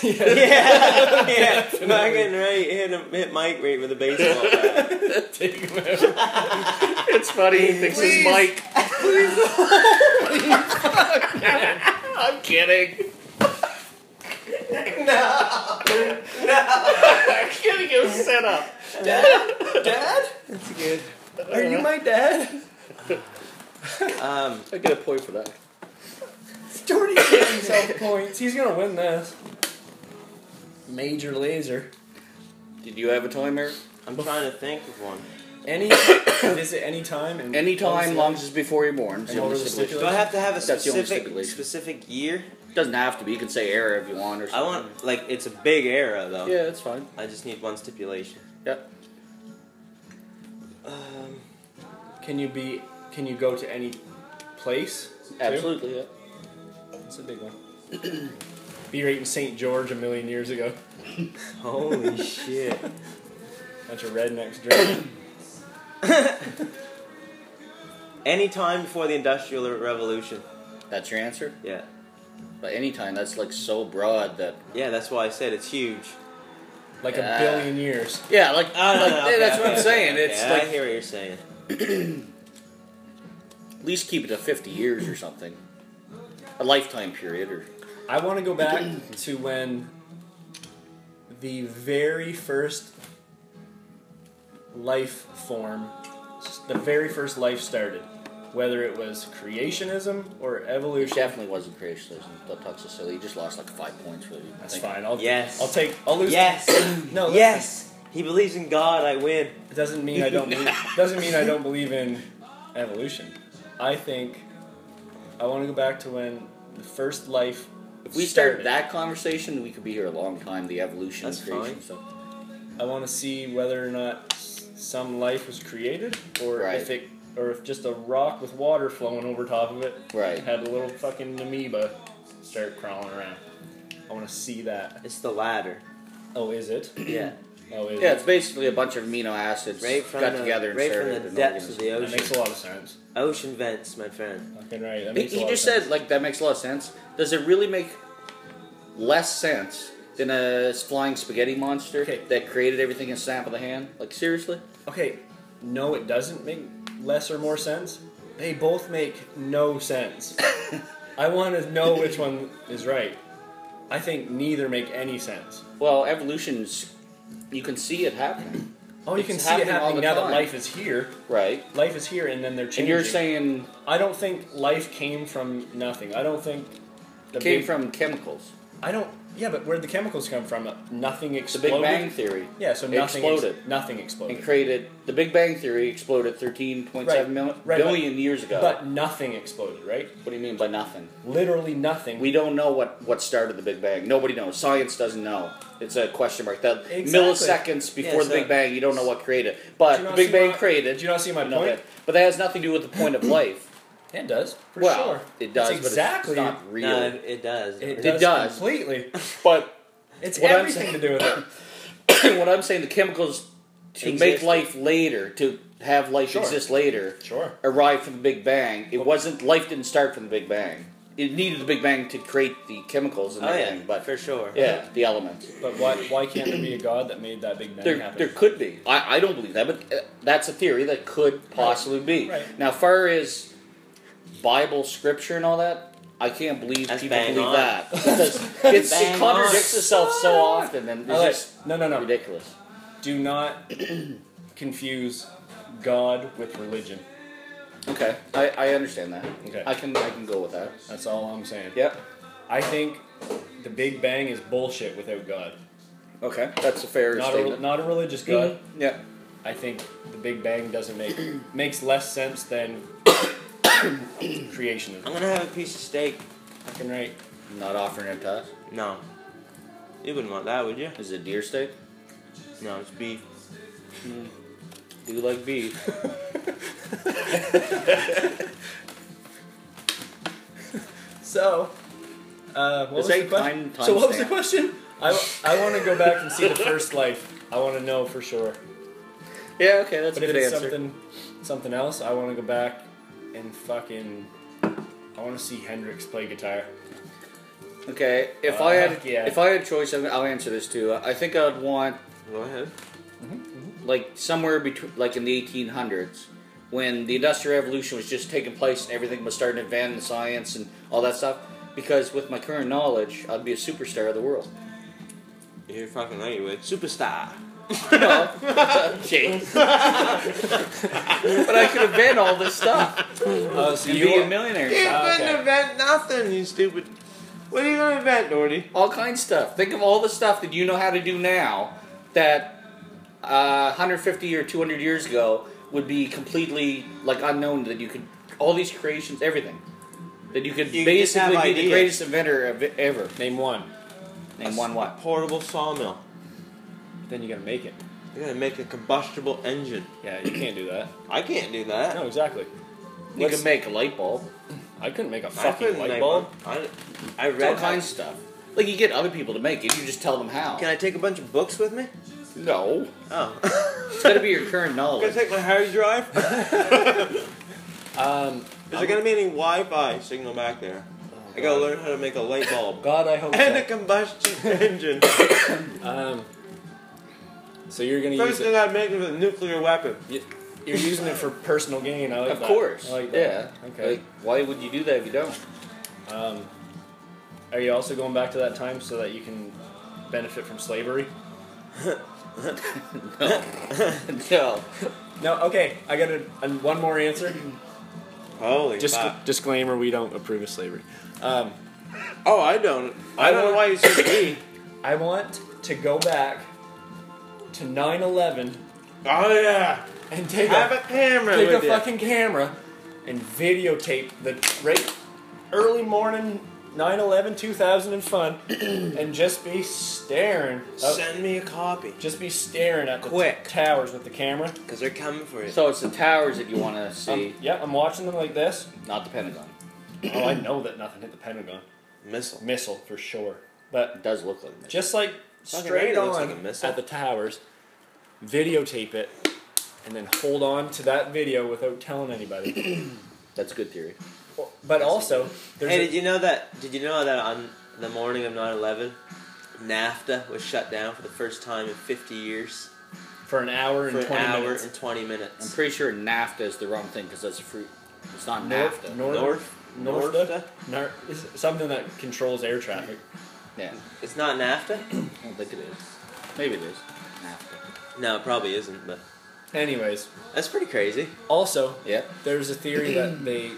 [SPEAKER 1] yeah, yeah, fucking right. Hit, him, hit Mike right with a baseball bat.
[SPEAKER 2] Take him out.
[SPEAKER 3] It's funny. He thinks it's Mike. I'm kidding. No. No. <laughs> I'm kidding. It was set up.
[SPEAKER 2] Dad?
[SPEAKER 1] That's good.
[SPEAKER 2] Are you my dad?
[SPEAKER 1] Um,
[SPEAKER 3] I get a point for that.
[SPEAKER 2] Jordy gave himself points. He's gonna win this. Major laser.
[SPEAKER 3] Did you have a time, Eric?
[SPEAKER 1] I'm trying to think of one.
[SPEAKER 2] Any visit any time and
[SPEAKER 3] Any time, long as it's before you're born.
[SPEAKER 2] And what was the
[SPEAKER 1] Do I have to have a
[SPEAKER 3] That's the only
[SPEAKER 1] specific
[SPEAKER 3] stipulation.
[SPEAKER 1] specific year?
[SPEAKER 3] Doesn't have to be. You can say era if you want or
[SPEAKER 1] I
[SPEAKER 3] something.
[SPEAKER 1] want like it's a big era though.
[SPEAKER 3] Yeah, that's fine.
[SPEAKER 1] I just need one stipulation.
[SPEAKER 3] Yep.
[SPEAKER 1] Um,
[SPEAKER 2] Can you be? Can you go to any place? too?
[SPEAKER 3] Absolutely. Yeah.
[SPEAKER 2] That's a big one. <clears throat> Be right in St. George a million years ago.
[SPEAKER 1] <laughs> Holy shit.
[SPEAKER 2] Bunch of rednecks drinking.
[SPEAKER 1] Any time before the Industrial Revolution.
[SPEAKER 3] That's your answer?
[SPEAKER 1] Yeah.
[SPEAKER 3] But anytime, that's like so broad that.
[SPEAKER 1] Yeah, that's why I said it's huge.
[SPEAKER 2] like
[SPEAKER 3] Yeah.
[SPEAKER 2] a billion years.
[SPEAKER 3] Yeah, like,
[SPEAKER 1] no,
[SPEAKER 3] like
[SPEAKER 1] no,
[SPEAKER 3] yeah,
[SPEAKER 1] okay,
[SPEAKER 3] that's what
[SPEAKER 1] okay,
[SPEAKER 3] I'm saying. It's
[SPEAKER 1] yeah, I
[SPEAKER 3] like
[SPEAKER 1] hear what you're saying.
[SPEAKER 3] at least keep it to 50 years or something, a lifetime period or
[SPEAKER 2] I want to go back to when the very first life form, the very first life started. Whether it was creationism or
[SPEAKER 3] It
[SPEAKER 2] evolution.
[SPEAKER 3] definitely wasn't creationism. That talks so silly. You just lost like five points, really. I
[SPEAKER 2] That's
[SPEAKER 3] think.
[SPEAKER 2] fine. I'll,
[SPEAKER 1] Yes.
[SPEAKER 2] I'll take. I'll lose.
[SPEAKER 3] <coughs>
[SPEAKER 1] Yes!
[SPEAKER 2] No. listen,
[SPEAKER 1] yes! He believes in God, I win.
[SPEAKER 2] It doesn't mean I
[SPEAKER 1] <laughs>
[SPEAKER 2] don't. Believe, doesn't mean I don't believe in evolution. I think I want to go back to when the first life.
[SPEAKER 3] If we start that conversation, we could be here a long time. The evolution
[SPEAKER 1] That's
[SPEAKER 3] of creation
[SPEAKER 1] fine.
[SPEAKER 3] stuff.
[SPEAKER 2] I want to see whether or not s- some life was created, or
[SPEAKER 3] Right.
[SPEAKER 2] if it, or if just a rock with water flowing over top of it
[SPEAKER 3] Right.
[SPEAKER 2] had a little fucking amoeba start crawling around. I want to see that.
[SPEAKER 1] It's the latter.
[SPEAKER 2] Oh, is it?
[SPEAKER 1] Yeah.
[SPEAKER 2] Oh, is
[SPEAKER 3] Yeah,
[SPEAKER 2] it?
[SPEAKER 3] it's basically a bunch of amino acids
[SPEAKER 1] Right from
[SPEAKER 3] got
[SPEAKER 1] the,
[SPEAKER 3] together and
[SPEAKER 1] right
[SPEAKER 3] started
[SPEAKER 1] from the
[SPEAKER 3] an
[SPEAKER 1] depths of
[SPEAKER 3] organism.
[SPEAKER 1] the
[SPEAKER 2] That makes a
[SPEAKER 1] ocean.
[SPEAKER 2] lot of sense.
[SPEAKER 1] Ocean vents, my friend.
[SPEAKER 2] Fucking right. That
[SPEAKER 3] He,
[SPEAKER 2] makes a
[SPEAKER 3] he
[SPEAKER 2] lot
[SPEAKER 3] just
[SPEAKER 2] of sense.
[SPEAKER 3] said like that makes a lot of sense. Does it really make less sense than a flying spaghetti monster
[SPEAKER 2] Okay.
[SPEAKER 3] that created everything in a snap of the hand? Like seriously?
[SPEAKER 2] Okay, no, it doesn't make less or more sense. They both make no
[SPEAKER 3] <laughs>
[SPEAKER 2] sense. I want to know which one is right. I think neither make any sense.
[SPEAKER 3] Well, evolution's you can see it happening,
[SPEAKER 2] Oh, you
[SPEAKER 3] It's
[SPEAKER 2] can see it
[SPEAKER 3] happening all
[SPEAKER 2] happening
[SPEAKER 3] the
[SPEAKER 2] now that
[SPEAKER 3] time.
[SPEAKER 2] life is here.
[SPEAKER 3] right?
[SPEAKER 2] Life is here, and then they're changing.
[SPEAKER 3] And you're saying
[SPEAKER 2] I don't think life came from nothing. I don't think the
[SPEAKER 3] it came
[SPEAKER 2] big-
[SPEAKER 3] from chemicals.
[SPEAKER 2] I don't. Yeah, but where'd the chemicals come from? Nothing
[SPEAKER 3] The
[SPEAKER 2] exploded.
[SPEAKER 3] Big Bang Theory.
[SPEAKER 2] Yeah, so
[SPEAKER 3] It
[SPEAKER 2] nothing
[SPEAKER 3] exploded.
[SPEAKER 2] Ex- nothing exploded.
[SPEAKER 3] and created the Big Bang Theory exploded 13.7
[SPEAKER 2] Right,
[SPEAKER 3] mil-
[SPEAKER 2] right, but-
[SPEAKER 3] billion years ago.
[SPEAKER 2] but nothing exploded, right?
[SPEAKER 3] what do you mean by nothing?
[SPEAKER 2] Literally nothing.
[SPEAKER 3] We don't know what, what started the Big Bang. Nobody knows. Science doesn't know. It's a question mark. That
[SPEAKER 2] Exactly.
[SPEAKER 3] milliseconds before
[SPEAKER 1] Yeah,
[SPEAKER 3] the
[SPEAKER 1] so-
[SPEAKER 3] Big Bang, you don't know what created. But
[SPEAKER 2] Do you
[SPEAKER 3] the
[SPEAKER 2] not
[SPEAKER 3] Big
[SPEAKER 2] see
[SPEAKER 3] Bang
[SPEAKER 2] my-
[SPEAKER 3] created.
[SPEAKER 2] Did you not see my
[SPEAKER 3] you know
[SPEAKER 2] point?
[SPEAKER 3] that. But that has nothing to do with the point
[SPEAKER 2] <clears throat>
[SPEAKER 3] of life.
[SPEAKER 2] It does, for
[SPEAKER 3] well,
[SPEAKER 2] sure.
[SPEAKER 3] it does,
[SPEAKER 2] That's
[SPEAKER 3] but
[SPEAKER 2] exactly.
[SPEAKER 3] it's not real.
[SPEAKER 1] No, it, it does.
[SPEAKER 2] it,
[SPEAKER 3] does
[SPEAKER 2] does
[SPEAKER 3] does. <laughs>
[SPEAKER 2] completely.
[SPEAKER 3] But <clears throat>
[SPEAKER 2] It's
[SPEAKER 3] What I'm
[SPEAKER 2] everything to do with it.
[SPEAKER 3] what I'm saying, the chemicals to make
[SPEAKER 1] Existed.
[SPEAKER 3] life later, to have life
[SPEAKER 2] Sure.
[SPEAKER 3] exist later,
[SPEAKER 2] Sure.
[SPEAKER 3] arrived from the Big Bang. It wasn't life didn't start from the Big Bang. It needed the Big Bang to create the chemicals and
[SPEAKER 1] Oh, yeah,
[SPEAKER 3] everything, but
[SPEAKER 1] for sure.
[SPEAKER 3] yeah, the elements.
[SPEAKER 2] But why, why can't there be a god that made that big bang
[SPEAKER 3] There,
[SPEAKER 2] happen?
[SPEAKER 3] there could be. I, I don't believe that, but uh, that's a theory that could possibly be.
[SPEAKER 2] Right.
[SPEAKER 3] Now, far as Bible scripture and all that, I can't believe
[SPEAKER 1] That's
[SPEAKER 3] people
[SPEAKER 1] bang
[SPEAKER 3] believe
[SPEAKER 1] on. <laughs>
[SPEAKER 3] that because it's, it
[SPEAKER 1] Bang
[SPEAKER 3] contradicts
[SPEAKER 1] on.
[SPEAKER 3] itself so often, and it's
[SPEAKER 2] Alright,
[SPEAKER 3] just
[SPEAKER 2] no, no, no.
[SPEAKER 3] ridiculous.
[SPEAKER 2] Do not <clears throat> confuse God with religion.
[SPEAKER 3] Okay, I, I understand that.
[SPEAKER 2] Okay.
[SPEAKER 3] I can I can go with that.
[SPEAKER 2] That's all I'm saying.
[SPEAKER 3] Yep.
[SPEAKER 2] I think the Big Bang is bullshit without God.
[SPEAKER 3] Okay, that's a Mm-hmm. fair
[SPEAKER 2] Not a,
[SPEAKER 3] statement.
[SPEAKER 2] not a religious God.
[SPEAKER 3] Yeah.
[SPEAKER 2] I think the Big Bang doesn't
[SPEAKER 3] <coughs>
[SPEAKER 2] make makes less sense than <coughs> creationism.
[SPEAKER 1] I'm gonna have a piece of steak.
[SPEAKER 2] Fucking right.
[SPEAKER 3] Not offering it to us.
[SPEAKER 1] No. You wouldn't want that, would you?
[SPEAKER 3] Is it deer steak?
[SPEAKER 1] No, it's beef.
[SPEAKER 3] Do you like beef?
[SPEAKER 2] So, uh, what
[SPEAKER 3] Is
[SPEAKER 2] was
[SPEAKER 3] that
[SPEAKER 2] the question?
[SPEAKER 3] time- time
[SPEAKER 2] so what was the
[SPEAKER 3] stamp?
[SPEAKER 2] question? I, I want to go back and see the first life. I want to know for sure.
[SPEAKER 3] Yeah, okay, that's
[SPEAKER 2] But
[SPEAKER 3] a
[SPEAKER 2] if
[SPEAKER 3] good
[SPEAKER 2] it's
[SPEAKER 3] answer.
[SPEAKER 2] something something else, I want to go back and fucking. I want to see Hendrix play guitar.
[SPEAKER 3] Okay, if
[SPEAKER 2] Uh,
[SPEAKER 3] I had
[SPEAKER 2] yeah.
[SPEAKER 3] if I had choice, I'm- I'll answer this too. I think I'd want
[SPEAKER 1] Go ahead.
[SPEAKER 3] like somewhere between like in the 1800s when the industrial revolution was just taking place and everything was starting to advance in science and all that stuff. Because with my current knowledge, I'd be a superstar of
[SPEAKER 2] <laughs>
[SPEAKER 3] the world.
[SPEAKER 1] You're fucking right, you would. Superstar.
[SPEAKER 3] No. Jeez. <laughs> but I could have been all this stuff
[SPEAKER 2] Oh, so
[SPEAKER 3] and
[SPEAKER 2] you
[SPEAKER 3] be a
[SPEAKER 2] want- <laughs>
[SPEAKER 1] You
[SPEAKER 3] millionaire.
[SPEAKER 2] Ah, okay.
[SPEAKER 1] couldn't invent nothing, you stupid. What are you gonna invent, Doherty?
[SPEAKER 3] All kinds of stuff. Think of all the stuff that you know how to do now that uh, 150 or 200 years ago would be completely like unknown that you could all these creations, everything that you could
[SPEAKER 1] You just have
[SPEAKER 3] basically be the
[SPEAKER 1] ideas.
[SPEAKER 3] greatest inventor of it ever.
[SPEAKER 2] name one.
[SPEAKER 3] Name one what?
[SPEAKER 1] Portable sawmill.
[SPEAKER 2] Then you gotta make it.
[SPEAKER 1] You're gonna make a combustible engine.
[SPEAKER 2] Yeah, you can't do that.
[SPEAKER 1] I can't do that.
[SPEAKER 2] <clears throat> No, exactly.
[SPEAKER 3] You
[SPEAKER 2] Let's-
[SPEAKER 3] could make a light bulb.
[SPEAKER 2] I couldn't make a
[SPEAKER 1] I
[SPEAKER 2] fucking
[SPEAKER 1] couldn't
[SPEAKER 2] light
[SPEAKER 1] make
[SPEAKER 2] bulb.
[SPEAKER 1] one. I, I
[SPEAKER 3] All
[SPEAKER 1] read.
[SPEAKER 3] kinds of stuff. Like you get other people to make it, you just tell them how.
[SPEAKER 1] Can I take a bunch of books with me?
[SPEAKER 3] no,
[SPEAKER 1] <laughs> Oh.
[SPEAKER 3] it's got to be your current
[SPEAKER 1] Can I
[SPEAKER 3] knowledge.
[SPEAKER 1] take my hard <laughs> drive? Is
[SPEAKER 2] Um,
[SPEAKER 1] there gonna be any Wi-Fi signal back there? I gotta learn how to make a light <laughs> bulb
[SPEAKER 2] God, I hope
[SPEAKER 1] and a
[SPEAKER 2] so.
[SPEAKER 1] combustion <laughs> engine.
[SPEAKER 2] Um, so you're gonna
[SPEAKER 1] First
[SPEAKER 2] use
[SPEAKER 1] thing
[SPEAKER 2] it.
[SPEAKER 1] I make is a nuclear weapon.
[SPEAKER 2] y- You're using it for personal gain. I like
[SPEAKER 3] Of
[SPEAKER 2] that.
[SPEAKER 3] course,
[SPEAKER 2] I like
[SPEAKER 3] yeah.
[SPEAKER 2] that. Oh, Okay.
[SPEAKER 3] Like, why would you do that if you don't? <laughs>
[SPEAKER 2] Um, are you also going back to that time so that you can benefit from slavery?
[SPEAKER 3] no.
[SPEAKER 2] No. Okay. I got a, and one more answer.
[SPEAKER 1] Holy
[SPEAKER 2] Just
[SPEAKER 1] fuck.
[SPEAKER 2] disclaimer: we don't approve of slavery. Um,
[SPEAKER 1] Oh, I don't. I,
[SPEAKER 2] I
[SPEAKER 1] don't know
[SPEAKER 2] want-
[SPEAKER 1] why you said
[SPEAKER 2] <laughs>
[SPEAKER 1] me.
[SPEAKER 2] I want to go back to 9/11
[SPEAKER 1] Oh yeah.
[SPEAKER 2] and take
[SPEAKER 1] Have
[SPEAKER 2] a,
[SPEAKER 1] a camera
[SPEAKER 2] take a
[SPEAKER 1] with you.
[SPEAKER 2] fucking camera and videotape the right early morning 9-11 2000 and fun and just be staring up,
[SPEAKER 1] Send me a copy.
[SPEAKER 2] just be staring at the
[SPEAKER 1] Quick.
[SPEAKER 2] t- towers with the camera
[SPEAKER 1] Cause they're coming for you.
[SPEAKER 3] So it's the towers that you want to see,
[SPEAKER 2] Um, yeah i'm watching them like this
[SPEAKER 1] Um,
[SPEAKER 3] not the Pentagon.
[SPEAKER 2] oh i know that nothing hit the pentagon
[SPEAKER 1] Missile.
[SPEAKER 2] missile for sure but
[SPEAKER 3] It does look like that.
[SPEAKER 2] just like
[SPEAKER 1] Fucking
[SPEAKER 2] straight
[SPEAKER 1] right, it looks
[SPEAKER 2] on
[SPEAKER 1] like a missile.
[SPEAKER 2] at the towers videotape it and then hold on to that video without telling anybody
[SPEAKER 3] That's a good theory.
[SPEAKER 2] <coughs> but also there's
[SPEAKER 1] Hey,
[SPEAKER 2] a-
[SPEAKER 1] did you know that? Did you know that on the morning of 9/11, NAFTA was shut down for the first time in 50 years
[SPEAKER 2] for an hour and
[SPEAKER 1] for an
[SPEAKER 2] 20
[SPEAKER 1] hour
[SPEAKER 2] minutes
[SPEAKER 1] and 20
[SPEAKER 3] I'm
[SPEAKER 1] minutes.
[SPEAKER 3] pretty sure NAFTA is the wrong thing because that's fruit. It's not
[SPEAKER 2] North-
[SPEAKER 3] NAFTA.
[SPEAKER 2] North-
[SPEAKER 1] North. uh,
[SPEAKER 2] North-
[SPEAKER 1] NAFTA?
[SPEAKER 2] Nar- is something that controls air traffic.
[SPEAKER 3] Yeah,
[SPEAKER 1] It's not NAFTA. <clears throat>
[SPEAKER 3] I don't think it is. Maybe it is. NAFTA.
[SPEAKER 1] No, it probably isn't. But
[SPEAKER 2] Anyways,
[SPEAKER 1] that's pretty crazy.
[SPEAKER 2] also,
[SPEAKER 3] Yeah.
[SPEAKER 2] there's a
[SPEAKER 1] <coughs>
[SPEAKER 2] theory that they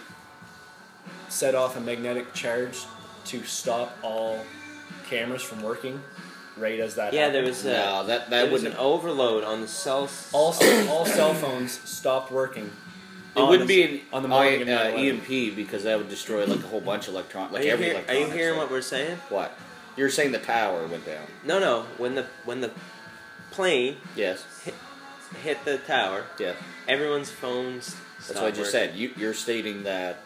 [SPEAKER 2] set off a magnetic charge to stop all cameras from working right as that
[SPEAKER 1] Yeah, there
[SPEAKER 2] happened.
[SPEAKER 1] was a,
[SPEAKER 3] No, that
[SPEAKER 1] there
[SPEAKER 3] that
[SPEAKER 1] was an
[SPEAKER 3] wouldn't.
[SPEAKER 1] overload on the cells.
[SPEAKER 2] Also, all cell phones stopped working.
[SPEAKER 3] It wouldn't be an
[SPEAKER 2] on the
[SPEAKER 3] I,
[SPEAKER 2] morning of
[SPEAKER 3] uh,
[SPEAKER 2] 9/11.
[SPEAKER 3] EMP because that would destroy like a whole bunch of electron,
[SPEAKER 1] Are
[SPEAKER 3] like
[SPEAKER 1] you,
[SPEAKER 3] every
[SPEAKER 1] hear- are
[SPEAKER 3] electronic.
[SPEAKER 1] you hearing what we're saying?
[SPEAKER 3] what? You're saying the tower went down.
[SPEAKER 1] No, no. When the when the plane
[SPEAKER 3] Yes.
[SPEAKER 1] hit the tower,
[SPEAKER 3] Yeah.
[SPEAKER 1] everyone's phones.
[SPEAKER 3] That's what I just said. You, you're stating that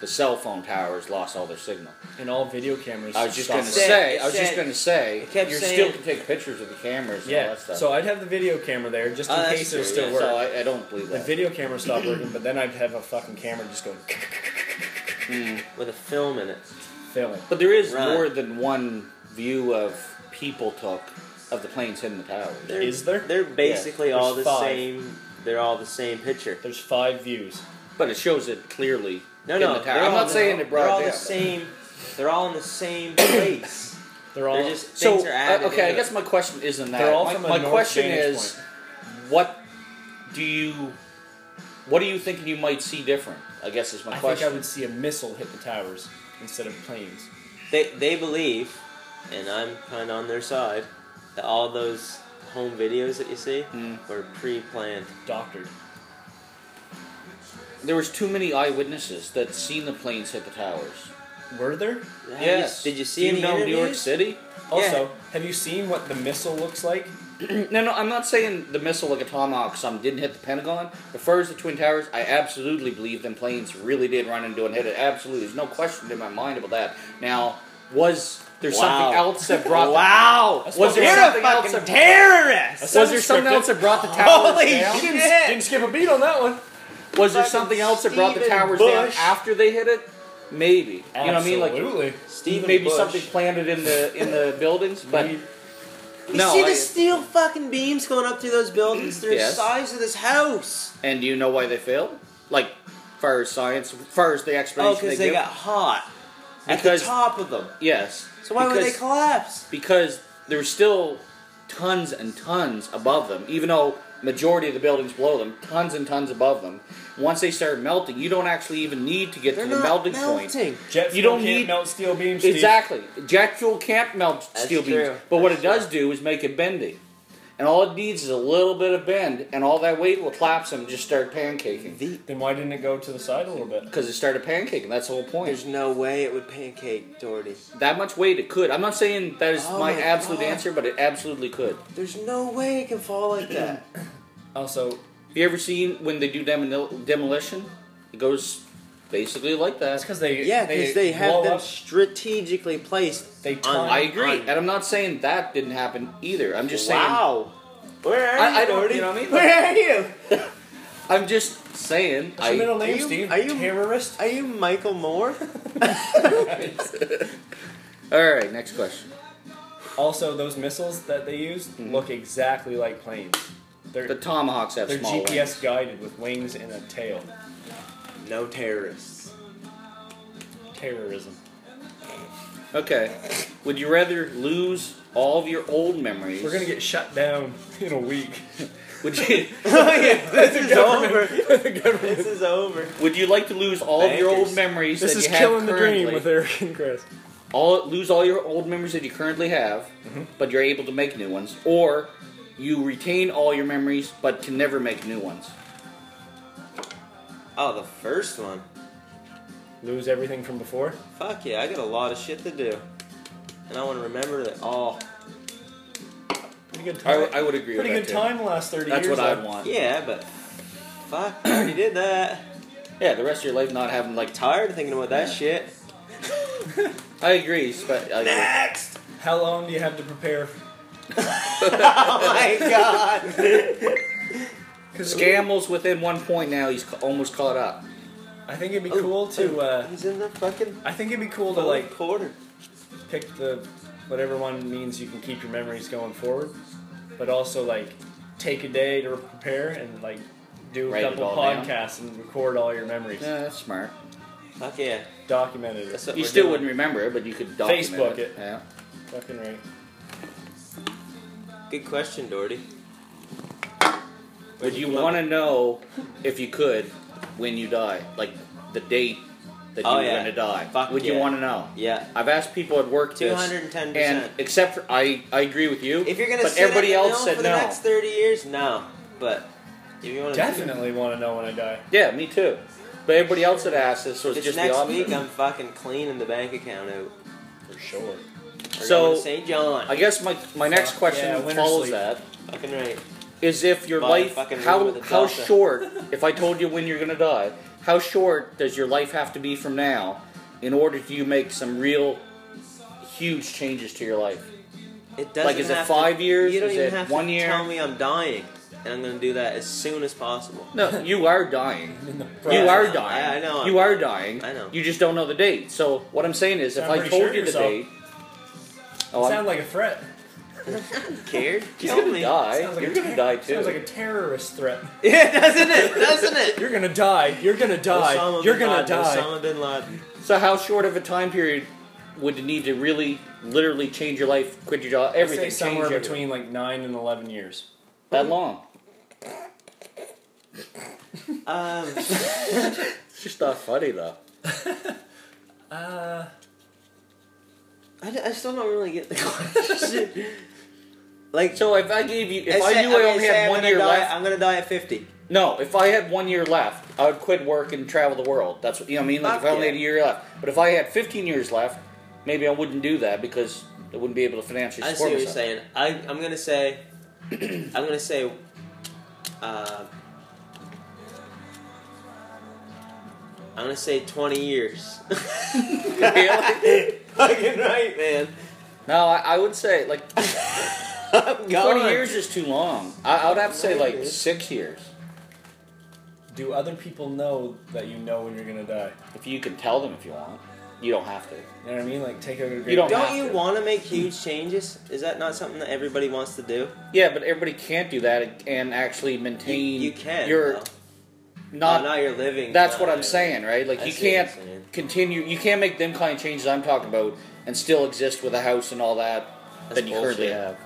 [SPEAKER 3] the cell phone towers lost all their signal.
[SPEAKER 2] And all video cameras.
[SPEAKER 3] I was just
[SPEAKER 2] stopped
[SPEAKER 3] gonna
[SPEAKER 1] Said-
[SPEAKER 2] working.
[SPEAKER 3] say. I was
[SPEAKER 1] said-
[SPEAKER 3] just gonna say.
[SPEAKER 1] It kept
[SPEAKER 3] you
[SPEAKER 1] saying-
[SPEAKER 3] still can take pictures of the cameras. And all
[SPEAKER 2] Yeah,
[SPEAKER 3] that stuff.
[SPEAKER 2] so I'd have the video camera there just in
[SPEAKER 1] Oh, that's
[SPEAKER 2] case it was
[SPEAKER 1] true,
[SPEAKER 2] still
[SPEAKER 1] yeah.
[SPEAKER 2] working.
[SPEAKER 3] So I, I don't believe
[SPEAKER 2] the
[SPEAKER 3] that.
[SPEAKER 2] video camera stopped working, but then I'd have a fucking camera just <laughs> going
[SPEAKER 1] With a film in it.
[SPEAKER 2] filming.
[SPEAKER 3] But there is
[SPEAKER 1] Right.
[SPEAKER 3] more than one view of people took of the planes hitting the towers.
[SPEAKER 1] They're,
[SPEAKER 2] Is there?
[SPEAKER 1] They're basically
[SPEAKER 2] Yeah,
[SPEAKER 1] all the
[SPEAKER 2] there's five.
[SPEAKER 1] same. They're all the same picture.
[SPEAKER 2] There's five views.
[SPEAKER 3] But it shows it clearly.
[SPEAKER 1] No,
[SPEAKER 3] in
[SPEAKER 1] no.
[SPEAKER 3] the tower.
[SPEAKER 1] they're
[SPEAKER 3] I'm
[SPEAKER 1] all-
[SPEAKER 3] not saying
[SPEAKER 1] they're They're
[SPEAKER 3] it brought
[SPEAKER 1] all
[SPEAKER 3] down.
[SPEAKER 1] the same. They're all in the same place.
[SPEAKER 2] They're all
[SPEAKER 1] they're just
[SPEAKER 3] So
[SPEAKER 1] things are added.
[SPEAKER 3] uh, okay, I
[SPEAKER 1] into
[SPEAKER 3] guess my question isn't that.
[SPEAKER 2] They're all
[SPEAKER 3] my
[SPEAKER 2] from a
[SPEAKER 3] my
[SPEAKER 2] north
[SPEAKER 3] question
[SPEAKER 2] vantage
[SPEAKER 3] is, what do you, what are you thinking you might see different? I guess is my
[SPEAKER 2] I
[SPEAKER 3] question.
[SPEAKER 2] think I would see a missile hit the towers instead of planes.
[SPEAKER 1] it. they they believe, and I'm kind of on their side, that all those home videos that you see
[SPEAKER 3] Hmm.
[SPEAKER 1] were pre-planned.
[SPEAKER 2] Doctored.
[SPEAKER 3] There was too many eyewitnesses that seen the planes hit the towers.
[SPEAKER 2] Were there?
[SPEAKER 1] Have you-
[SPEAKER 3] yes.
[SPEAKER 1] Did you see
[SPEAKER 3] Do
[SPEAKER 1] any
[SPEAKER 3] you know New York
[SPEAKER 1] interviews?
[SPEAKER 3] City?
[SPEAKER 2] Also, have you seen what the missile looks like?
[SPEAKER 3] <clears throat> No, no, I'm not saying the missile like a tomahawk some didn't hit the Pentagon. But far as the Twin Towers, I absolutely believe them planes really did run into and hit it. Absolutely, there's no question in my mind about that. Now, was there
[SPEAKER 1] Wow.
[SPEAKER 3] something else
[SPEAKER 1] <laughs>
[SPEAKER 3] that brought? the-
[SPEAKER 1] Wow.
[SPEAKER 2] That's
[SPEAKER 3] was
[SPEAKER 2] fucking-
[SPEAKER 3] there
[SPEAKER 2] You're a
[SPEAKER 3] something else? That,
[SPEAKER 1] terrorist.
[SPEAKER 3] was there something
[SPEAKER 2] Unscripted.
[SPEAKER 3] else
[SPEAKER 2] <laughs>
[SPEAKER 3] that brought the towers
[SPEAKER 1] Holy
[SPEAKER 3] down?
[SPEAKER 1] shit.
[SPEAKER 2] Didn't skip a beat on that one.
[SPEAKER 3] Was there
[SPEAKER 1] Fucking
[SPEAKER 3] something else that brought the
[SPEAKER 1] Stephen
[SPEAKER 3] towers down
[SPEAKER 1] Bush.
[SPEAKER 3] after they hit it? Maybe. You know what I mean? Like
[SPEAKER 2] Absolutely.
[SPEAKER 1] Stephen
[SPEAKER 3] maybe
[SPEAKER 1] Bush.
[SPEAKER 3] something planted in the in the buildings, but
[SPEAKER 2] Maybe-
[SPEAKER 1] You
[SPEAKER 3] no.
[SPEAKER 1] see
[SPEAKER 3] I-
[SPEAKER 1] the steel fucking beams going up through those buildings? They're
[SPEAKER 3] Yes.
[SPEAKER 1] the size of this house.
[SPEAKER 3] and do you know why they failed? Like, far as science, far as the
[SPEAKER 1] Oh,
[SPEAKER 3] explanation
[SPEAKER 1] because
[SPEAKER 3] they
[SPEAKER 1] they
[SPEAKER 3] give?
[SPEAKER 1] got hot at
[SPEAKER 3] Because-
[SPEAKER 1] the top of them.
[SPEAKER 3] Yes.
[SPEAKER 1] So why would they
[SPEAKER 3] Because-
[SPEAKER 1] collapse?
[SPEAKER 3] Because there were still tons and tons above them, even though majority of the buildings below them, tons and tons above them. Once they start melting, you don't actually even need to get
[SPEAKER 1] They're
[SPEAKER 3] to the
[SPEAKER 1] not
[SPEAKER 3] melting, point.
[SPEAKER 1] melting.
[SPEAKER 2] Jet fuel
[SPEAKER 3] You don't
[SPEAKER 2] can't
[SPEAKER 3] need-
[SPEAKER 2] melt steel beams. Steve.
[SPEAKER 3] Exactly. Jet fuel can't melt
[SPEAKER 1] That's
[SPEAKER 3] steel beams,
[SPEAKER 1] true.
[SPEAKER 3] but what
[SPEAKER 1] That's
[SPEAKER 3] it does do is make it bendy. And all it needs is a little bit of bend, and all that weight will collapse them and just start pancaking.
[SPEAKER 1] The-
[SPEAKER 2] Then why didn't it go to the side a little bit?
[SPEAKER 3] Because it started pancaking. That's the whole point.
[SPEAKER 1] There's no way it would pancake, Doherty.
[SPEAKER 3] that much weight it could. I'm not saying that is
[SPEAKER 1] Oh
[SPEAKER 3] my,
[SPEAKER 1] my
[SPEAKER 3] absolute
[SPEAKER 1] God.
[SPEAKER 3] answer, but it absolutely could.
[SPEAKER 1] There's no way it can fall like
[SPEAKER 3] <clears throat>
[SPEAKER 1] that.
[SPEAKER 2] Also,
[SPEAKER 3] Have you ever seen when they do demol- demolition? It goes basically like that.
[SPEAKER 4] That's because they
[SPEAKER 1] Yeah, because they, have
[SPEAKER 4] blow
[SPEAKER 1] them
[SPEAKER 4] up.
[SPEAKER 1] strategically placed.
[SPEAKER 4] They
[SPEAKER 1] on,
[SPEAKER 4] time-
[SPEAKER 3] I
[SPEAKER 1] on-
[SPEAKER 3] agree, and I'm not saying that didn't happen either. I'm just
[SPEAKER 1] wow. Where are
[SPEAKER 3] I-
[SPEAKER 1] you?
[SPEAKER 3] I don't-
[SPEAKER 1] Gordy?
[SPEAKER 3] you know what I
[SPEAKER 1] <laughs>
[SPEAKER 3] mean?
[SPEAKER 1] Where are you?
[SPEAKER 3] saying. I'm just saying.
[SPEAKER 4] What's your middle
[SPEAKER 3] I,
[SPEAKER 1] Are
[SPEAKER 4] name,
[SPEAKER 1] you-
[SPEAKER 4] Steve?
[SPEAKER 1] are you-
[SPEAKER 4] terrorist?
[SPEAKER 1] Are you Michael Moore? <laughs>
[SPEAKER 3] all right, next question.
[SPEAKER 4] Also, those missiles that they used
[SPEAKER 3] Mm-hmm.
[SPEAKER 4] look exactly like planes. They're
[SPEAKER 3] The Tomahawks have
[SPEAKER 4] they're
[SPEAKER 3] small
[SPEAKER 4] GPS
[SPEAKER 3] wings.
[SPEAKER 4] guided with wings and a tail.
[SPEAKER 1] no terrorists.
[SPEAKER 4] Terrorism.
[SPEAKER 3] Okay. Would you rather lose all of your old memories?
[SPEAKER 4] We're gonna get shut down <laughs> in a week.
[SPEAKER 3] Would you <laughs>
[SPEAKER 1] this is over. This is over.
[SPEAKER 3] Would you like to lose all of your old
[SPEAKER 1] Bankers.
[SPEAKER 3] memories
[SPEAKER 2] This
[SPEAKER 3] that
[SPEAKER 2] is
[SPEAKER 3] you
[SPEAKER 2] killing
[SPEAKER 3] have
[SPEAKER 2] the
[SPEAKER 3] currently?
[SPEAKER 2] dream with Eric and Chris.
[SPEAKER 3] all lose all your old memories that you currently have, but you're able to make new ones, or you retain all your memories but can never make new ones.
[SPEAKER 1] Oh, the first one.
[SPEAKER 4] Lose everything from before.
[SPEAKER 1] Fuck yeah, I got a lot of shit to do. And I want to remember it all.
[SPEAKER 4] Pretty good
[SPEAKER 3] I,
[SPEAKER 4] time.
[SPEAKER 3] would- I would agree
[SPEAKER 4] Pretty
[SPEAKER 3] with
[SPEAKER 4] good
[SPEAKER 3] that. too.
[SPEAKER 4] time the last thirty
[SPEAKER 3] That's
[SPEAKER 4] years.
[SPEAKER 3] what I'd
[SPEAKER 4] though.
[SPEAKER 3] want.
[SPEAKER 1] Yeah, but fuck, I already did that.
[SPEAKER 3] Yeah, the rest of your life not having like. T-
[SPEAKER 1] Tired of thinking about that
[SPEAKER 3] Yeah.
[SPEAKER 1] shit. <laughs>
[SPEAKER 3] I agree. But I agree.
[SPEAKER 1] Next!
[SPEAKER 4] How long do you have to prepare?
[SPEAKER 1] Oh my
[SPEAKER 3] <laughs>
[SPEAKER 1] god!
[SPEAKER 3] Scammell's within one point now. He's ca- almost caught up.
[SPEAKER 4] I think it'd be
[SPEAKER 1] Oh,
[SPEAKER 4] cool to. Uh,
[SPEAKER 1] He's in the fucking
[SPEAKER 4] I think it'd be cool to
[SPEAKER 3] Oh.
[SPEAKER 1] fourth
[SPEAKER 4] like
[SPEAKER 1] quarter.
[SPEAKER 4] pick the whatever one means you can keep your memories going forward, but also like take a day to prepare and like do a
[SPEAKER 3] Write it
[SPEAKER 4] couple
[SPEAKER 3] all down.
[SPEAKER 4] podcasts and record all your memories,
[SPEAKER 3] Yeah, that's smart.
[SPEAKER 1] Fuck yeah.
[SPEAKER 4] documented.
[SPEAKER 1] That's
[SPEAKER 4] That's
[SPEAKER 1] what
[SPEAKER 3] You
[SPEAKER 1] we're
[SPEAKER 3] still
[SPEAKER 1] doing.
[SPEAKER 3] wouldn't remember it, but you could document
[SPEAKER 4] Facebook
[SPEAKER 3] it.
[SPEAKER 4] it.
[SPEAKER 3] Yeah.
[SPEAKER 4] fucking right.
[SPEAKER 1] Good question, Doherty.
[SPEAKER 3] Would you want to know if you could when you die, like the date that
[SPEAKER 1] Oh,
[SPEAKER 3] you were
[SPEAKER 1] yeah.
[SPEAKER 3] going to die?
[SPEAKER 1] Fuck
[SPEAKER 3] Would you
[SPEAKER 1] yeah.
[SPEAKER 3] want to know?
[SPEAKER 1] Yeah.
[SPEAKER 3] I've asked people at work this,
[SPEAKER 1] 210%.
[SPEAKER 3] and except for I, I agree with you.
[SPEAKER 1] If you're gonna
[SPEAKER 3] but
[SPEAKER 1] sit
[SPEAKER 3] everybody
[SPEAKER 1] at the
[SPEAKER 3] else
[SPEAKER 1] mill
[SPEAKER 3] said
[SPEAKER 1] for
[SPEAKER 3] no.
[SPEAKER 1] the next 30 years, no. But if you want to
[SPEAKER 4] Definitely want to know when I die.
[SPEAKER 3] Yeah, me too. But everybody else that asked this was
[SPEAKER 1] This
[SPEAKER 3] just the
[SPEAKER 1] next
[SPEAKER 3] opposite.
[SPEAKER 1] week, I'm fucking cleaning the bank account out.
[SPEAKER 4] For sure.
[SPEAKER 1] We're
[SPEAKER 3] So-
[SPEAKER 1] going to St. John.
[SPEAKER 3] I guess my my next
[SPEAKER 4] Fuck,
[SPEAKER 3] question
[SPEAKER 4] yeah, winter
[SPEAKER 3] follows
[SPEAKER 4] sleep.
[SPEAKER 3] that
[SPEAKER 1] fucking right.
[SPEAKER 3] is if your
[SPEAKER 1] Buy a
[SPEAKER 3] life
[SPEAKER 1] fucking room
[SPEAKER 3] how
[SPEAKER 1] with a
[SPEAKER 3] how
[SPEAKER 1] Delta.
[SPEAKER 3] short if I told you when you're going to die how short does your life have to be from now in order to you make some real huge changes to your life.
[SPEAKER 1] It doesn't
[SPEAKER 3] Like, is it
[SPEAKER 1] have
[SPEAKER 3] five
[SPEAKER 1] to,
[SPEAKER 3] years?
[SPEAKER 1] You don't
[SPEAKER 3] Is
[SPEAKER 1] even
[SPEAKER 3] it
[SPEAKER 1] have
[SPEAKER 3] one
[SPEAKER 1] to
[SPEAKER 3] year?
[SPEAKER 1] tell me I'm dying, and I'm going to do that as soon as
[SPEAKER 3] <laughs>
[SPEAKER 1] possible.
[SPEAKER 3] No,
[SPEAKER 1] <laughs>
[SPEAKER 3] you are dying.
[SPEAKER 1] Yeah,
[SPEAKER 3] You
[SPEAKER 1] I
[SPEAKER 3] are
[SPEAKER 1] know,
[SPEAKER 3] dying.
[SPEAKER 1] I- I know.
[SPEAKER 3] You are dying.
[SPEAKER 1] I know.
[SPEAKER 3] You just don't know the date. So what I'm saying is, if
[SPEAKER 4] Sound
[SPEAKER 3] I
[SPEAKER 4] pretty
[SPEAKER 3] told
[SPEAKER 4] sure of
[SPEAKER 3] you the
[SPEAKER 4] yourself.
[SPEAKER 3] date, oh, I'm,
[SPEAKER 4] Sound like a threat.
[SPEAKER 1] Cared?
[SPEAKER 3] he's
[SPEAKER 1] Tell
[SPEAKER 3] gonna
[SPEAKER 1] me.
[SPEAKER 3] die.
[SPEAKER 4] Sounds like
[SPEAKER 3] You're
[SPEAKER 4] a
[SPEAKER 3] gonna
[SPEAKER 4] ter-
[SPEAKER 3] die too.
[SPEAKER 4] Sounds like a terrorist threat.
[SPEAKER 1] Yeah, doesn't it? Doesn't it?
[SPEAKER 4] You're gonna die. You're gonna die.
[SPEAKER 1] <laughs> Osama
[SPEAKER 4] You're
[SPEAKER 1] bin
[SPEAKER 4] gonna
[SPEAKER 1] Laden,
[SPEAKER 4] die.
[SPEAKER 1] Osama bin Laden.
[SPEAKER 3] so how short of a time period would you need to really, literally change your life, quit your job,
[SPEAKER 4] I'd say
[SPEAKER 3] everything?
[SPEAKER 4] somewhere
[SPEAKER 3] change
[SPEAKER 4] between like nine and eleven years.
[SPEAKER 3] everything? that long.
[SPEAKER 1] Um,
[SPEAKER 3] It's just not funny though.
[SPEAKER 4] Uh,
[SPEAKER 1] I, d- I still don't really get the <laughs> question. like,
[SPEAKER 3] So if I gave you, if I,
[SPEAKER 1] say-
[SPEAKER 3] knew I
[SPEAKER 1] okay,
[SPEAKER 3] only
[SPEAKER 1] say
[SPEAKER 3] had
[SPEAKER 1] I'm
[SPEAKER 3] one
[SPEAKER 1] gonna
[SPEAKER 3] year
[SPEAKER 1] die-
[SPEAKER 3] left,
[SPEAKER 1] I'm going to die at 50.
[SPEAKER 3] no, if I had one year left, I would quit work and travel the world. That's what you know. What I mean, like if
[SPEAKER 1] Fuck
[SPEAKER 3] I only
[SPEAKER 1] yeah.
[SPEAKER 3] had a year left, but if I had 15 years left, maybe I wouldn't do that because I wouldn't be able to financially
[SPEAKER 1] I see
[SPEAKER 3] support
[SPEAKER 1] what you're
[SPEAKER 3] myself.
[SPEAKER 1] saying. I, I'm gonna say, <clears throat> I'm gonna say, uh, I'm gonna say 20
[SPEAKER 3] <laughs>
[SPEAKER 1] years. <laughs>
[SPEAKER 3] Really?
[SPEAKER 1] Fucking right, man.
[SPEAKER 3] No, I, I would
[SPEAKER 1] <laughs>
[SPEAKER 3] say like
[SPEAKER 1] I'm gone.
[SPEAKER 3] 20 years is too long. I, I would have to say like six years.
[SPEAKER 4] do other people know that you know when you're gonna die?
[SPEAKER 3] If you can tell them if you want, you don't have to.
[SPEAKER 4] You know what I mean? Like take out a great.
[SPEAKER 3] don't
[SPEAKER 1] Don't
[SPEAKER 3] have
[SPEAKER 1] you
[SPEAKER 3] to.
[SPEAKER 1] want to make huge changes? Is that not something that everybody wants to do?
[SPEAKER 3] Yeah, but everybody can't do that and actually
[SPEAKER 1] You,
[SPEAKER 3] maintain.
[SPEAKER 1] you can.
[SPEAKER 3] You're
[SPEAKER 1] though.
[SPEAKER 3] not.
[SPEAKER 1] Oh, now you're living.
[SPEAKER 3] that's
[SPEAKER 1] now
[SPEAKER 3] what I'm
[SPEAKER 1] you're-
[SPEAKER 3] saying, right? Like
[SPEAKER 1] I
[SPEAKER 3] you
[SPEAKER 1] see what you're
[SPEAKER 3] can't
[SPEAKER 1] saying.
[SPEAKER 3] continue. You can't make them kind of changes I'm talking about and still exist with a house and all that
[SPEAKER 1] That's
[SPEAKER 3] that you currently
[SPEAKER 1] bullshit.
[SPEAKER 3] have.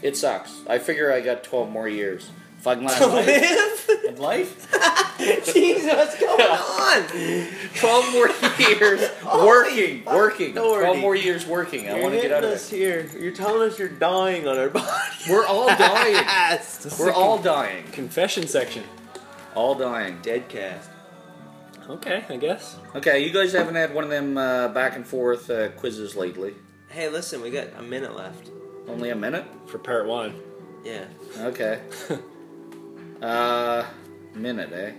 [SPEAKER 3] It sucks. I figure I got 12 more years. If I can last
[SPEAKER 4] <laughs> In life?
[SPEAKER 1] <laughs> Jesus, what's going on?
[SPEAKER 3] 12 more
[SPEAKER 4] <laughs>
[SPEAKER 3] years working,
[SPEAKER 1] fuck,
[SPEAKER 3] working, 12
[SPEAKER 1] Lordy.
[SPEAKER 3] more years working. I
[SPEAKER 1] You're
[SPEAKER 3] want to get
[SPEAKER 1] hitting
[SPEAKER 3] out of
[SPEAKER 1] us
[SPEAKER 3] this.
[SPEAKER 1] here. You're telling us you're dying on our bodies.
[SPEAKER 3] We're
[SPEAKER 1] <laughs>
[SPEAKER 3] all dying.
[SPEAKER 1] Yes.
[SPEAKER 3] We're all dying.
[SPEAKER 2] Confession section.
[SPEAKER 3] All dying.
[SPEAKER 1] Dead cast.
[SPEAKER 2] Okay, I guess.
[SPEAKER 3] Okay, you guys haven't had one of them uh, back and forth uh, quizzes lately.
[SPEAKER 1] Hey, listen, we got a minute left.
[SPEAKER 3] Only a minute?
[SPEAKER 2] For part one.
[SPEAKER 1] Yeah.
[SPEAKER 3] <laughs> Okay. uh, minute, eh?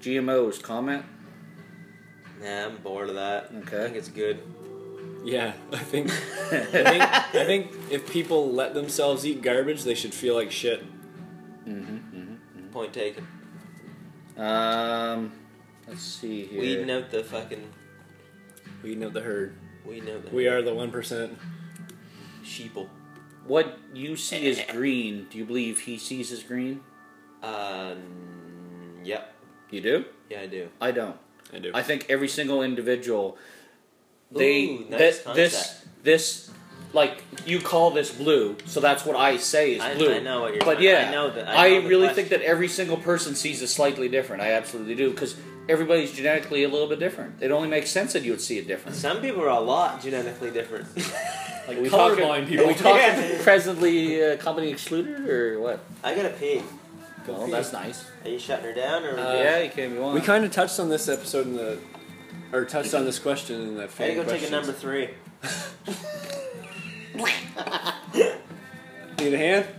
[SPEAKER 3] GMOs comment. <laughs>
[SPEAKER 1] Nah, I'm bored of that.
[SPEAKER 3] Okay.
[SPEAKER 1] I think it's good.
[SPEAKER 2] Yeah, I think, I think I think if people let themselves eat garbage, they should feel like shit.
[SPEAKER 1] Point taken.
[SPEAKER 3] Um, let's see here.
[SPEAKER 1] Weeding out the fucking.
[SPEAKER 2] We know the herd.
[SPEAKER 1] Weeding out the
[SPEAKER 2] We are the one percent.
[SPEAKER 1] sheeple.
[SPEAKER 3] What you see as green, do you believe he sees as green?
[SPEAKER 1] Um. Uh, Yep.
[SPEAKER 3] You do?
[SPEAKER 1] Yeah, I do.
[SPEAKER 3] I don't.
[SPEAKER 2] I do.
[SPEAKER 3] I think every single individual, they
[SPEAKER 1] Ooh, nice
[SPEAKER 3] this- this
[SPEAKER 1] concept.
[SPEAKER 3] this like you call this blue, so that's what I say is
[SPEAKER 1] I-
[SPEAKER 3] blue.
[SPEAKER 1] I know what you're-
[SPEAKER 3] But
[SPEAKER 1] I
[SPEAKER 3] yeah,
[SPEAKER 1] know that- I
[SPEAKER 3] I,
[SPEAKER 1] know the
[SPEAKER 3] really
[SPEAKER 1] question.
[SPEAKER 3] think that every single person sees it slightly different. I absolutely do because everybody's genetically a little bit different. It only makes sense that you would see it different.
[SPEAKER 1] Some people are a lot genetically different. <laughs>
[SPEAKER 3] Like
[SPEAKER 2] Are we
[SPEAKER 3] talking-
[SPEAKER 2] colorblind
[SPEAKER 3] Are
[SPEAKER 2] people?
[SPEAKER 3] we talking
[SPEAKER 1] Yeah.
[SPEAKER 3] presently uh, company excluded or what?
[SPEAKER 1] I gotta pee.
[SPEAKER 3] Well, that's nice.
[SPEAKER 1] Are you shutting her down or?
[SPEAKER 3] Uh, yeah, you can. if You want?
[SPEAKER 1] uh,
[SPEAKER 2] We kind of touched on this episode in the, or touched on this question in the.
[SPEAKER 1] I gotta
[SPEAKER 2] fan
[SPEAKER 1] go take
[SPEAKER 2] questions.
[SPEAKER 1] a number three. <laughs>
[SPEAKER 2] Need a hand? <laughs> Uh,